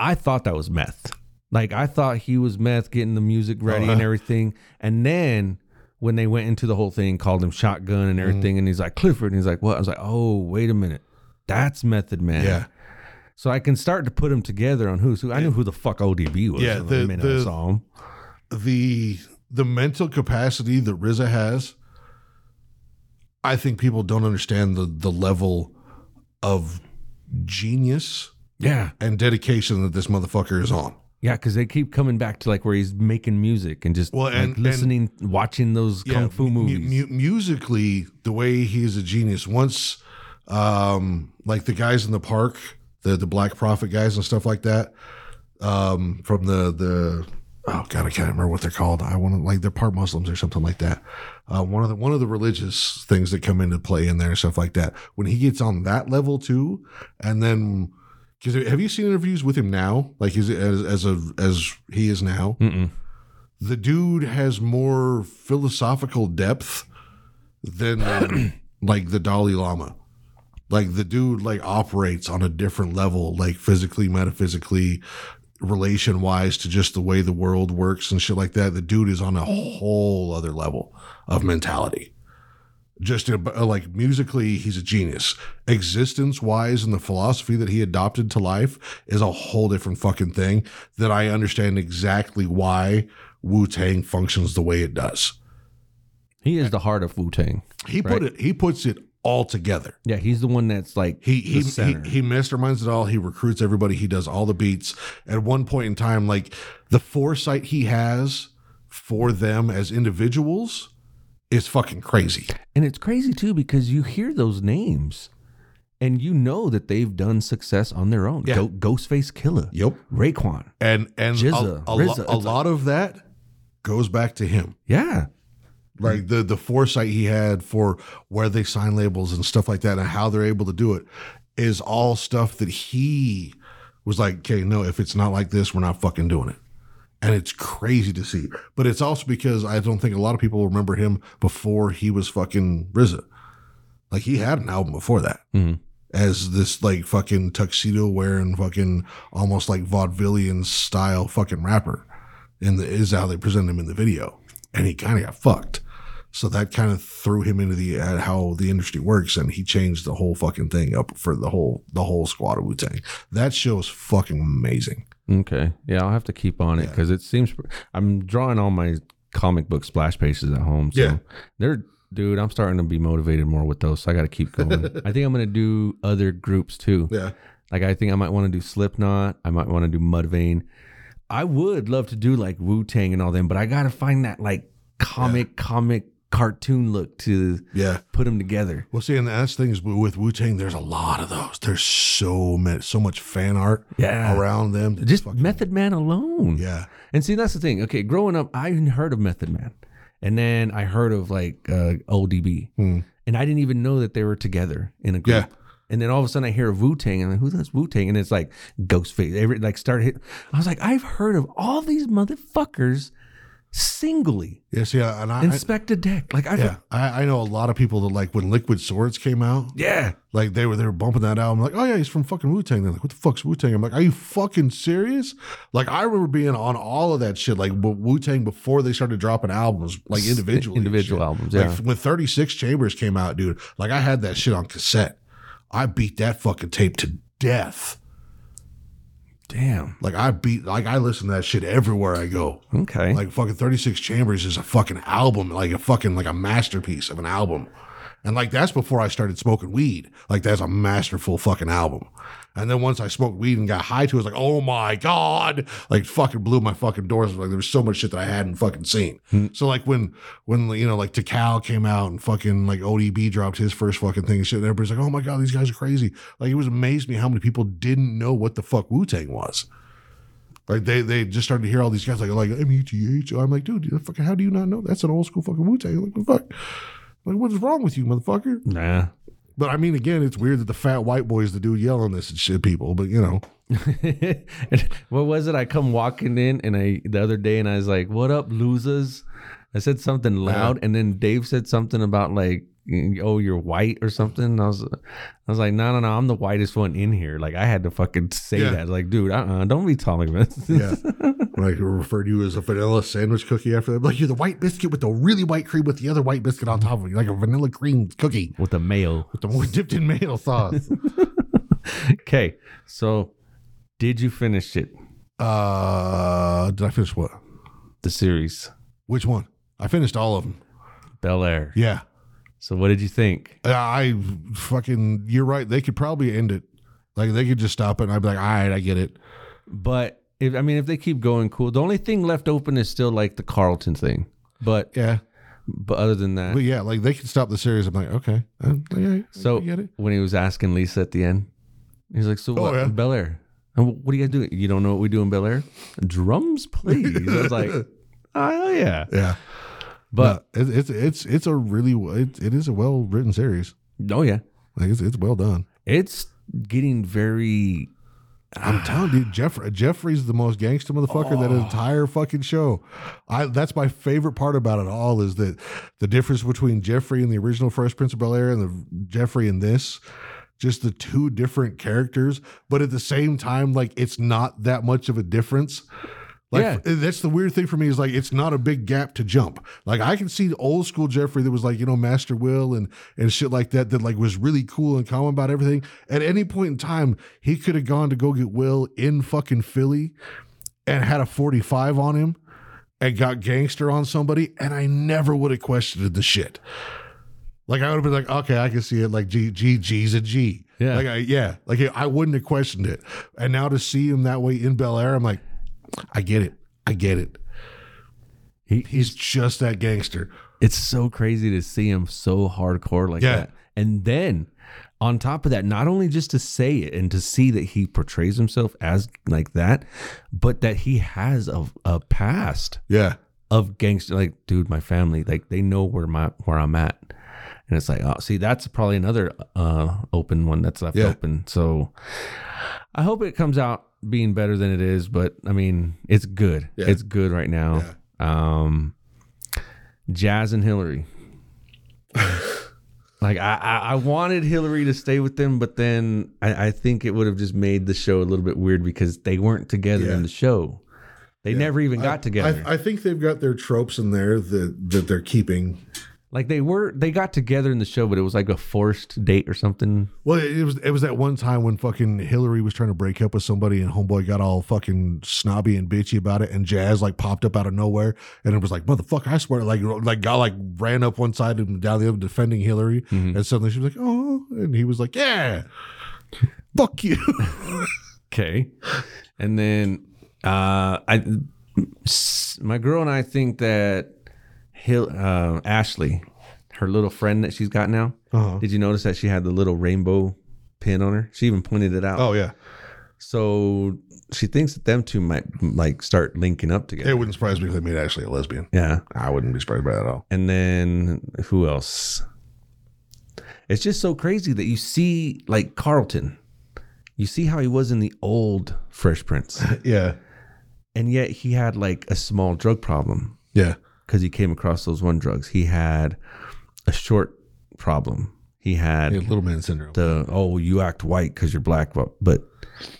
S5: I thought that was meth. Like I thought he was meth, getting the music
S3: Oh,
S5: ready and everything. And then when they went into the whole thing, called him Shotgun
S3: Mm.
S5: and everything, and he's like Clifford, and he's like, "What?" I was like, "Oh, wait a minute, that's Method Man."
S3: Yeah,
S5: So I can start to put them together on who's who. I knew who the fuck ODB was.
S3: Yeah,
S5: the,
S3: the-
S5: minute I
S3: the-
S5: saw him.
S3: the the mental capacity that RZA has, I think people don't understand the the level of genius
S5: Yeah,
S3: and dedication that this motherfucker is on.
S5: yeah, because they keep coming back to like where he's making music and just
S3: Well,
S5: like,
S3: and- and-
S5: listening, watching those kung fu
S3: mu-
S5: movies.
S3: mu- musically, the way he is a genius. Once, um, like the guys in the park, the the Black Prophet guys and stuff like that, um, from the the oh god, I can't remember what they're called. I want to like they're part Muslims or something like that. Uh, one of the one of the religious things that come into play in there and stuff like that. When he gets on that level too, and then. Because have you seen interviews with him now? Like he's as as a as he is now the dude has more philosophical depth than um, like the Dalai Lama. Like the dude like operates on a different level, like physically, metaphysically, relation wise to just the way the world works and shit like that. The dude is on a whole other level of mentality. Just in, like musically, he's a genius. Existence wise, and the philosophy that he adopted to life is a whole different fucking thing that I understand exactly why Wu Tang functions the way it does.
S5: He is the heart of Wu Tang.
S3: He put it. He puts it all together.
S5: Yeah, he's the one that's like
S3: He he,
S5: the
S3: he
S5: center.
S3: he masterminds it all. He recruits everybody. He does all the beats. At one point in time, like the foresight he has for them as individuals is fucking crazy.
S5: and it's crazy too because you hear those names, and you know that they've done success on their own.
S3: Yeah.
S5: Go- Ghostface Killer.
S3: Yep.
S5: Raekwon.
S3: And and
S5: Jizza,
S3: a, a, lo-
S5: Rizza,
S3: a
S5: it's
S3: lot of that goes back to him.
S5: Yeah.
S3: like the the foresight he had for where they sign labels and stuff like that and how they're able to do it is all stuff that he was like okay no if it's not like this we're not fucking doing it and it's crazy to see but it's also because i don't think a lot of people remember him before he was fucking RZA. like he had an album before that as this like fucking tuxedo wearing fucking almost like vaudevillian style fucking rapper in the is how they presented him in the video and he kind of got fucked so that kind of threw him into the uh, how the industry works and he changed the whole fucking thing up for the whole the whole squad of wu-tang that show is fucking amazing
S5: Okay. Yeah, I'll have to keep on it because it seems I'm drawing all my comic book splash pages at home. So
S3: Yeah.
S5: they're dude, I'm starting to be motivated more with those. So I got to keep going. I think I'm gonna do other groups too.
S3: yeah
S5: Like I think I might want to do Slipknot. I might want to do Mudvayne. I would love to do like Wu Tang and all them, but I gotta find that like comic, comic, cartoon look to
S3: Yeah.
S5: put them together.
S3: Well, see, and that's the thing is with Wu Tang, there's a lot of those. There's so many, so much fan art
S5: Yeah.
S3: around them. that's
S5: Just
S3: fucking-
S5: Method Man alone.
S3: yeah,
S5: And see, that's the thing. Okay, growing up, I hadn't heard of Method Man, and then I heard of like uh, ODB, and I didn't even know that they were together in a group.
S3: Hmm. Yeah.
S5: And then all of a sudden, I hear of Wu Tang, and I'm like, who does Wu Tang? And it's like Ghostface. Every like start hit. I was like, I've heard of all these motherfuckers singly.
S3: yeah. See, I- and I, I
S5: Inspect a deck, like I.
S3: yeah, I, I know a lot of people that like when Liquid Swords came out,
S5: Yeah.
S3: like they were they were bumping that album. Like, oh yeah, he's from fucking Wu Tang. They're like, what the fuck's Wu Tang? I'm like, are you fucking serious? Like, I remember being on all of that shit, like Wu Tang before they started dropping albums, like individually, and
S5: Individual
S3: shit.
S5: albums,
S3: Like,
S5: yeah.
S3: when Thirty Six Chambers came out, dude, like I had that shit on cassette. I beat that fucking tape to death.
S5: Damn.
S3: Like I beat, like I listen to that shit everywhere I go.
S5: Okay.
S3: Like fucking Thirty Six Chambers is a fucking album, like a fucking like a masterpiece of an album. And like that's before I started smoking weed. Like that's a masterful fucking album. And then once I smoked weed and got high to it, I was like, oh my God. Like fucking blew my fucking doors. Like there was so much shit that I hadn't fucking seen. So like when when you know, like Takal came out and fucking like ODB dropped his first fucking thing and shit, and everybody's like, oh my God, these guys are crazy. Like it was amazed me how many people didn't know what the fuck Wu Tang was. Like they they just started to hear all these guys like like M E T H. I'm like, dude, you fucking, how do you not know? That's an old school fucking Wu Tang. Like, what the fuck? Like, what is wrong with you, motherfucker?
S5: Nah.
S3: But I mean, again, it's weird that the fat white boy is the dude yelling this and shit, people. But you know,
S5: what was it? I come walking in and I the other day and I was like, "What up, losers?" I said something
S3: Uh-huh.
S5: loud, and then Dave said something about like, "Oh, you're white" or something. And I was, I was like, "No, no, no, I'm the whitest one in here." Like I had to fucking say
S3: Yeah.
S5: that. Like, dude, uh-uh, don't be talking about this.
S3: yeah. like referred to you as a vanilla sandwich cookie after that. Like you're the white biscuit with the really white cream with the other white biscuit on top of it, like a vanilla cream cookie
S5: With the mail.
S3: with the more dipped in mayo sauce.
S5: Okay, so did you finish it?
S3: uh, did I finish what?
S5: The series
S3: Which one? I finished all of them.
S5: Bel Air.
S3: Yeah.
S5: So what did you think?
S3: Uh, I fucking, you're right. They could probably end it. Like they could just stop it, and I'd be like, all right, I get it.
S5: But if I mean, if they keep going, cool. The only thing left open is still like the Carlton thing. But
S3: Yeah,
S5: but other than that,
S3: but yeah, like they could stop the series. I'm like, okay, uh, yeah,
S5: So
S3: I get it. Oh,
S5: when he was asking Lisa at the end, he's like, "So what?
S3: yeah.
S5: Bel Air? And what do you guys do? You don't know what we do in Bel Air? Drums, please." I was like, "Oh hell yeah!"
S3: Yeah,
S5: But
S3: it, it's it's it's a really it, it is a well written series.
S5: oh yeah,
S3: Like it's it's well done.
S5: it's getting very
S3: I'm telling you, Jeff Jeffrey's the most gangster motherfucker that
S5: Oh.
S3: entire fucking show. I that's my favorite part about it all is that the difference between Jeffrey and the original Fresh Prince of Bel Air and the Jeffrey in this, just the two different characters, but at the same time, like it's not that much of a difference. Like
S5: Yeah.
S3: that's the weird thing for me is like it's not a big gap to jump. Like I can see the old school Jeffrey that was like, you know, Master Will and and shit like that that like was really cool and calm about everything. At any point in time, he could have gone to go get Will in fucking Philly and had a 45 on him and got gangster on somebody and I never would have questioned the shit. Like I would have been like, okay, I can see it. Like G G G's a G.
S5: Yeah.
S3: Like I, yeah. Like I wouldn't have questioned it. And now to see him that way in Bel Air, I'm like, I get it. I get it.
S5: He-
S3: he's just that gangster.
S5: it's so crazy to see him so hardcore like
S3: Yeah.
S5: that. And then on top of that, not only just to say it and to see that he portrays himself as like that, but that he has a, a past.
S3: Yeah.
S5: of gangster like dude my family like they know where my where i'm at and it's like oh see that's probably another uh open one that's left
S3: Yeah.
S5: open so i hope it comes out being better than it is but i mean it's good
S3: Yeah.
S5: it's good right now um jazz and hillary like I, I i wanted hillary to stay with them but then i i think it would have just made the show a little bit weird because they weren't together
S3: Yeah.
S5: in the show they never even got together
S3: I, I think they've got their tropes in there that that they're keeping.
S5: Like they were, they got together in the show, but it was like a forced date or something.
S3: Well, it, it was it was that one time when fucking Hillary was trying to break up with somebody and homeboy got all fucking snobby and bitchy about it and Jazz like popped up out of nowhere and it was like motherfucker I swear like like got like ran Mm-hmm. up one side and down the other defending Hillary and suddenly she was like oh and he was like yeah Fuck you.
S5: Okay. And then uh, I, s- my girl and I think that Hill, uh, Ashley, her little friend that she's got now,
S3: Uh-huh.
S5: did you notice that she had the little rainbow pin on her? She even pointed it out.
S3: oh yeah,
S5: So she thinks that them two might like start linking up together.
S3: it wouldn't surprise me if they made Ashley a lesbian.
S5: yeah.
S3: I wouldn't be surprised by that at all.
S5: And then who else? It's just so crazy that you see like Carlton. You see how he was in the old Fresh Prince.
S3: Yeah,
S5: and yet he had like a small drug problem
S3: yeah,
S5: because he came across those one drugs. He had a short problem. He had
S3: yeah little man syndrome.
S5: the oh you act white because you're black, but, but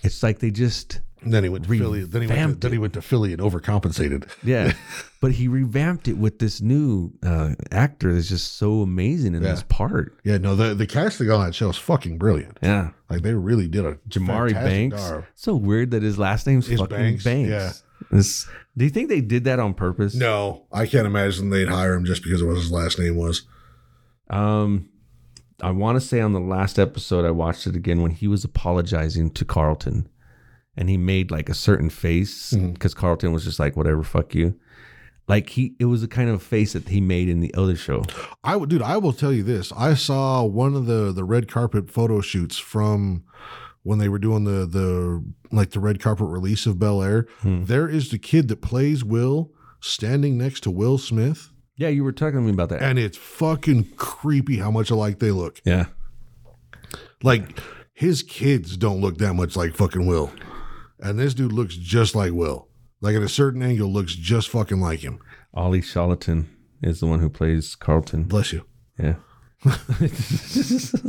S5: it's like they just
S3: And then he went to Philly. Then he went. To,
S5: revamped
S3: then he went to Philly and overcompensated.
S5: yeah. but he revamped it with this new uh, actor that's just so amazing in this part.
S3: Yeah, no, the the casting on that show is fucking brilliant.
S5: Yeah,
S3: Like they really did a
S5: Jamari
S3: fantastic
S5: Banks.
S3: job.
S5: So weird that his last name's
S3: Is
S5: fucking Banks.
S3: Banks, yeah.
S5: It's- do you think they did that on purpose?
S3: No, I can't imagine they'd hire him just because of what his last name was.
S5: Um, I want to say on the last episode, I watched it again when he was apologizing to Carlton and he made like a certain face
S3: Mm-hmm.
S5: because Carlton was just like, whatever, fuck you. Like he, it was the kind of face that he made in the other show.
S3: I would, dude. I will tell you this. I saw one of the the red carpet photo shoots from when they were doing the the like the red carpet release of Bel Air.
S5: Hmm.
S3: There is the kid that plays Will standing next to Will Smith,
S5: Yeah, you were talking to me about that.
S3: and it's fucking creepy how much alike they look.
S5: yeah.
S3: Like his kids don't look that much like fucking Will, and this dude looks just like Will. Like at a certain angle, looks just fucking like him.
S5: Ollie Charlatan is the one who plays Carlton.
S3: Bless you.
S5: Yeah.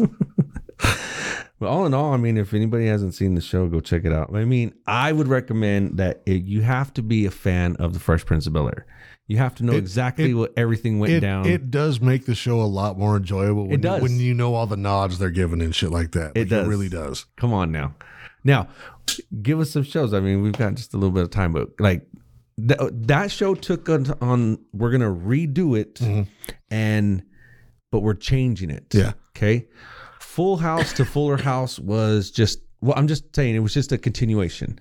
S5: but all in all, I mean, if anybody hasn't seen the show, go check it out. I mean, I would recommend that it, you have to be a fan of the Fresh Prince of Bel Air. You have to know exactly
S3: it-
S5: what everything went
S3: it,
S5: down. It,
S3: It does make the show a lot more enjoyable. When
S5: It does.
S3: You, when you know all the nods they're giving and shit like that.
S5: It
S3: Like,
S5: does.
S3: It really does.
S5: Come on now, now, give us some shows. I mean, we've got just a little bit of time, but like that that show took on, on we're gonna redo it, and but we're changing it.
S3: Yeah.
S5: Okay. Full House to Fuller House was just. Well, I'm just saying it was just a continuation.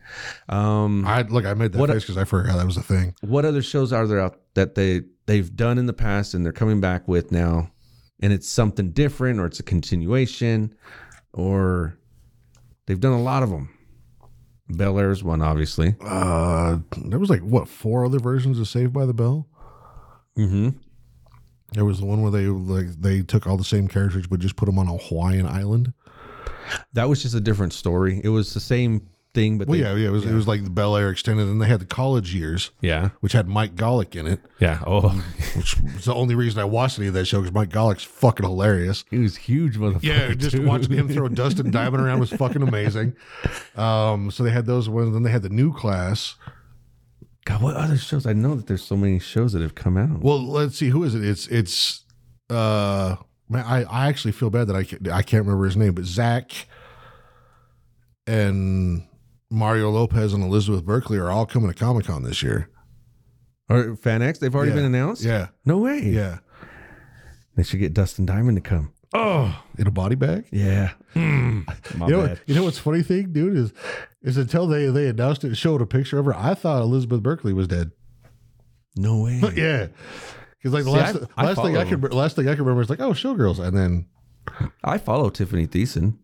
S5: Um,
S3: I look. I made that
S5: What a-
S3: face because I forgot that was a thing.
S5: what other shows are there out that they they've done in the past and they're coming back with now, and it's something different or it's a continuation, or they've done a lot of them. Bel Air's one, obviously.
S3: Uh, there was like what four other versions of Saved by the Bell.
S5: Mm-hmm.
S3: There was the one where they like they took all the same characters but just put them on a Hawaiian island.
S5: That was just a different story. It was the same thing, but
S3: Well,
S5: they-
S3: yeah, yeah. It was, It was like the Bel Air extended, and they had the college years,
S5: yeah,
S3: which had Mike Golick in it,
S5: yeah. Oh,
S3: which was the only reason I watched any of that show because Mike Golick's fucking hilarious.
S5: he was huge, motherfucker.
S3: Yeah, just
S5: dude.
S3: watching him throw dust and diamond around was fucking amazing. Um, so they had those ones. Then they had the new class.
S5: God, what other shows? I know that there's so many shows that have come out.
S3: Well, let's see who is it. It's it's uh, man, I I actually feel bad that I can't, I can't remember his name, but Zach and Mario Lopez and Elizabeth Berkeley are all coming to Comic Con this year.
S5: Or Fan X, they've already
S3: Yeah.
S5: been announced.
S3: Yeah,
S5: No way.
S3: yeah.
S5: They should get Dustin Diamond to come.
S3: In a body bag.
S5: Yeah. My
S3: Hmm. You know,
S5: bad.
S3: what- you know what's funny thing, dude, is is until they they announced it, and showed a picture of her. I thought Elizabeth Berkeley was dead.
S5: No way.
S3: Yeah. Because like the
S5: Hmm. See,
S3: last,
S5: I- I
S3: last thing
S5: follow
S3: I could last thing I could remember is like oh showgirls and then
S5: I follow Tiffany Thiessen.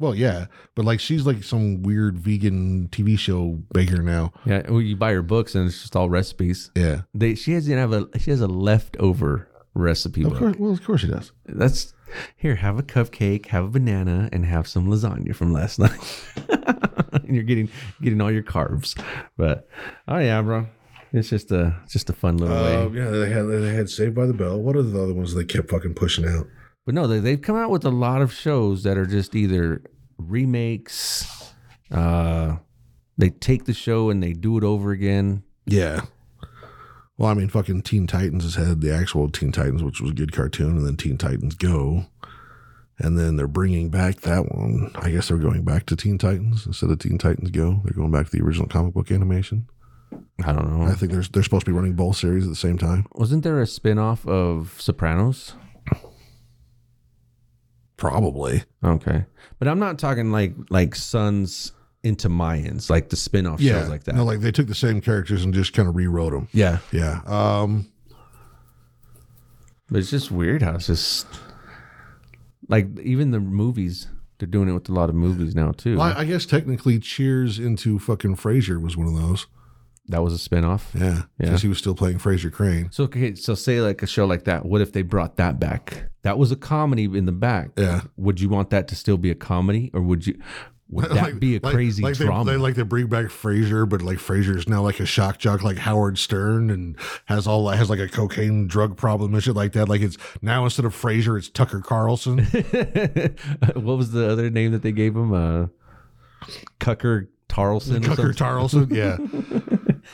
S3: well yeah but like she's like some weird vegan TV show baker now
S5: Yeah. Well, you buy her books and it's just all recipes.
S3: yeah
S5: They she doesn't have a she has a leftover recipe
S3: of
S5: book.
S3: course well of course she does
S5: That's here. Have a cupcake, have a banana, and have some lasagna from last night. and you're getting getting all your carbs. But oh yeah, bro. It's just a just a fun little way.
S3: Oh, yeah they had they had Saved by the Bell what are the other ones they kept fucking pushing out
S5: But no, they, they've come out with a lot of shows that are just either remakes, uh, they take the show and they do it over again.
S3: yeah well I mean fucking Teen Titans has had the actual Teen Titans which was a good cartoon and then Teen Titans Go and then they're bringing back that one I guess they're going back to Teen Titans instead of Teen Titans Go they're going back to the original comic book animation.
S5: I don't
S3: I
S5: know.
S3: think they're, they're supposed to be running both series at the same time.
S5: Wasn't there a spin off of Sopranos?
S3: probably.
S5: Okay. But I'm not talking like like Sons into Mayans, like the spin-off shows like that.
S3: No, like they took the same characters and just kind of rewrote them.
S5: yeah.
S3: Yeah. Um,
S5: But it's just weird how it's just like even the movies, they're doing it with a lot of movies now too.
S3: well, I I guess technically Cheers into fucking Frasier was one of those.
S5: that was a spin-off.
S3: Yeah.
S5: Yeah.
S3: Because he was still playing Fraser Crane.
S5: So okay, so say like a show like that. What if they brought that back? That was a comedy in the back.
S3: Yeah.
S5: Would you want that to still be a comedy, or would you? Would that
S3: Like-
S5: be a
S3: like-
S5: crazy
S3: like they-
S5: drama?
S3: They, like they bring back Frasier, but like Frasier's now like a shock jock, like Howard Stern, and has all has like a cocaine drug problem and shit like that. Like it's now instead of Frasier, it's Tucker Carlson.
S5: what was the other name that they gave him? Uh, Cucker Tarlson. or
S3: Tucker
S5: something?
S3: Carlson, yeah.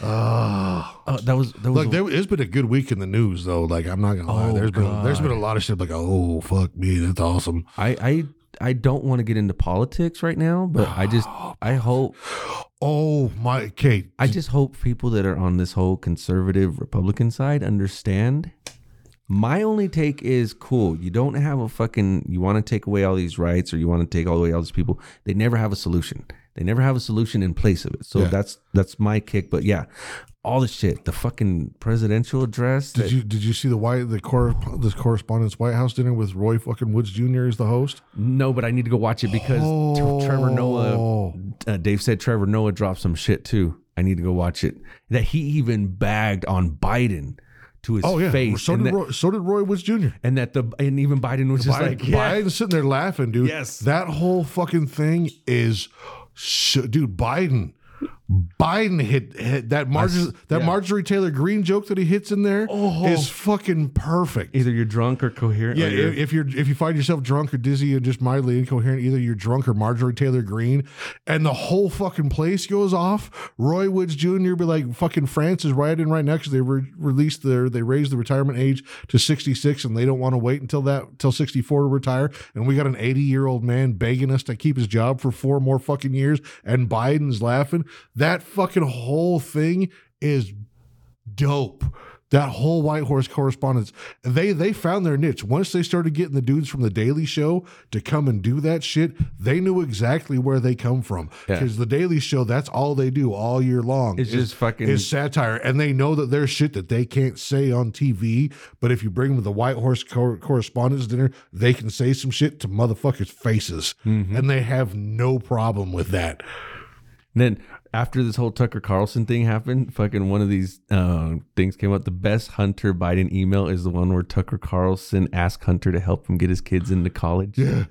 S5: oh, that was that was.
S3: Look, there, it's been a good week in the news though. Like I'm not gonna lie,
S5: Oh,
S3: there's been there's been a lot of shit like, oh fuck me, that's awesome.
S5: I I I don't want to get into politics right now, but I just I hope
S3: Oh my, Kate,
S5: I just hope people that are on this whole conservative Republican side understand. My only take is cool. You don't have a fucking. You want to take away all these rights, or you want to take all away all these people. They never have a solution. They never have a solution in place of it. So
S3: Yeah.
S5: that's that's my kick. But yeah, all the shit, the fucking presidential address.
S3: did you did you see the white the cor- the correspondence White House dinner with Roy fucking Woods Jr. as the host?
S5: no, but I need to go watch it because Tr- Trevor
S3: Oh.
S5: Noah. Uh, Dave said Trevor Noah dropped some shit too. I need to go watch it. That he even bagged on Biden to his
S3: Oh yeah,
S5: face.
S3: so
S5: and
S3: did
S5: that-
S3: Roy, so did Roy Woods Jr.
S5: and that the and even Biden was just
S3: Biden,
S5: like, yeah,
S3: Biden's sitting there laughing, dude.
S5: Yes.
S3: That whole fucking thing is, sh- dude, Biden. Biden hit, hit that Marjorie, that Marjorie Taylor Green joke that he hits in there is
S5: Oh.
S3: fucking perfect.
S5: either you're drunk or coherent.
S3: yeah,
S5: or Oh, you're-
S3: if, if you're if you find yourself drunk or dizzy and just mildly incoherent, either you're drunk or Marjorie Taylor Green, and the whole fucking place goes off. Roy Woods Jr. be like, "Fucking France is rioting right now because they re- released their they raised the retirement age to 66, and they don't want to wait until that till 64 to retire. And we got an 80 year old man begging us to keep his job for four more fucking years, and Biden's laughing. That fucking whole thing is dope. That whole White Horse correspondence, they they found their niche. Once they started getting the dudes from the Daily Show to come and do that shit, they knew exactly where they come from. Because the Daily Show, that's all they do all year long.
S5: It's
S3: is-
S5: just fucking-
S3: is satire, and they know that there's shit that they can't say on TV. But if you bring them the White Horse cor- correspondence dinner, they can say some shit to motherfuckers' faces,
S5: Mm-hmm.
S3: and they have no problem with that.
S5: And then after this whole Tucker Carlson thing happened, fucking one of these uh, things came up. The best Hunter Biden email is the one where Tucker Carlson asked Hunter to help him get his kids into college.
S3: Yeah,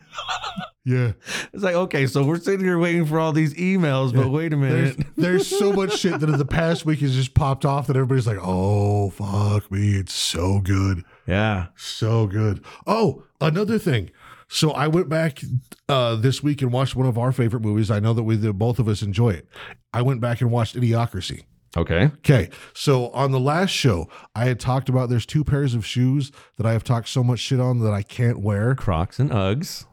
S3: yeah.
S5: It's like, okay, so we're sitting here waiting for all these emails, but wait a
S3: There's,
S5: minute.
S3: there's so much shit that in the past week has just popped off that everybody's like, oh, fuck me. It's so good.
S5: yeah.
S3: So good. Oh, another thing. So I went back uh, this week and watched one of our favorite movies. I know that we the both of us enjoy it. I went back and watched Idiocracy.
S5: Okay.
S3: Okay, so on the last show, I had talked about there's two pairs of shoes that I have talked so much shit on that I can't wear.
S5: Crocs and Uggs.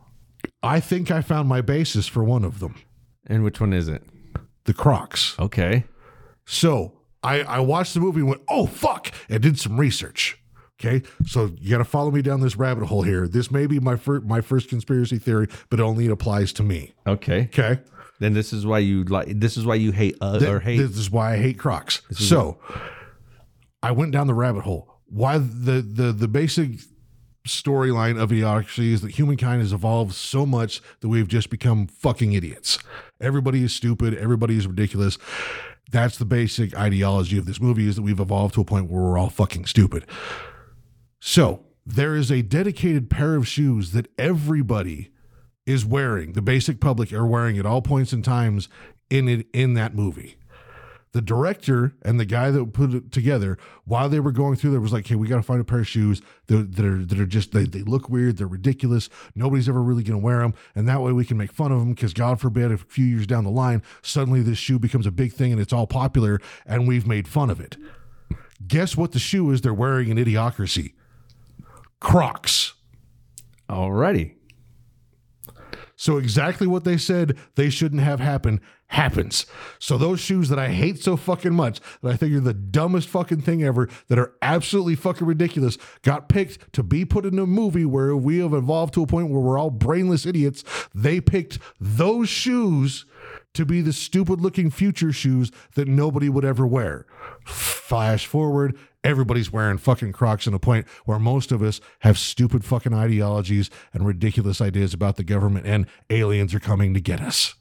S3: I think I found my basis for one of them,
S5: And which one is it?
S3: the Crocs.
S5: Okay.
S3: So I, I watched the movie and went, oh, fuck, and did some research. Okay. So you got to follow me down this rabbit hole here. This may be my, fir- my first conspiracy theory, but only it applies to me.
S5: Okay.
S3: Okay.
S5: Then this is why you like this is why you hate Ugg
S3: Th-
S5: or hate
S3: This is why I hate Crocs. So I went down the rabbit hole. Why the the the basic storyline of idiocracy is that humankind has evolved so much that we've just become fucking idiots. Everybody is stupid. Everybody is ridiculous. That's the basic ideology of this movie is that we've evolved to a point where we're all fucking stupid. So there is a dedicated pair of shoes that everybody is wearing, the basic public are wearing at all points and times in it in that movie. The director and the guy that put it together, while they were going through there, was like, "Hey, we got to find a pair of shoes that, that are that are just they, they look weird, they're ridiculous. Nobody's ever really going to wear them, and that way we can make fun of them. Because God forbid, a few years down the line, suddenly this shoe becomes a big thing and it's all popular, and we've made fun of it. Guess what? The shoe is they're wearing an idiocracy, Crocs.
S5: already.
S3: So exactly what they said they shouldn't have happen happens. So those shoes that I hate so fucking much that I think are the dumbest fucking thing ever, that are absolutely fucking ridiculous, got picked to be put in a movie where we have evolved to a point where we're all brainless idiots. They picked those shoes to be the stupid looking future shoes that nobody would ever wear. Flash forward, everybody's wearing fucking Crocs in a point where most of us have stupid fucking ideologies and ridiculous ideas about the government and aliens are coming to get us.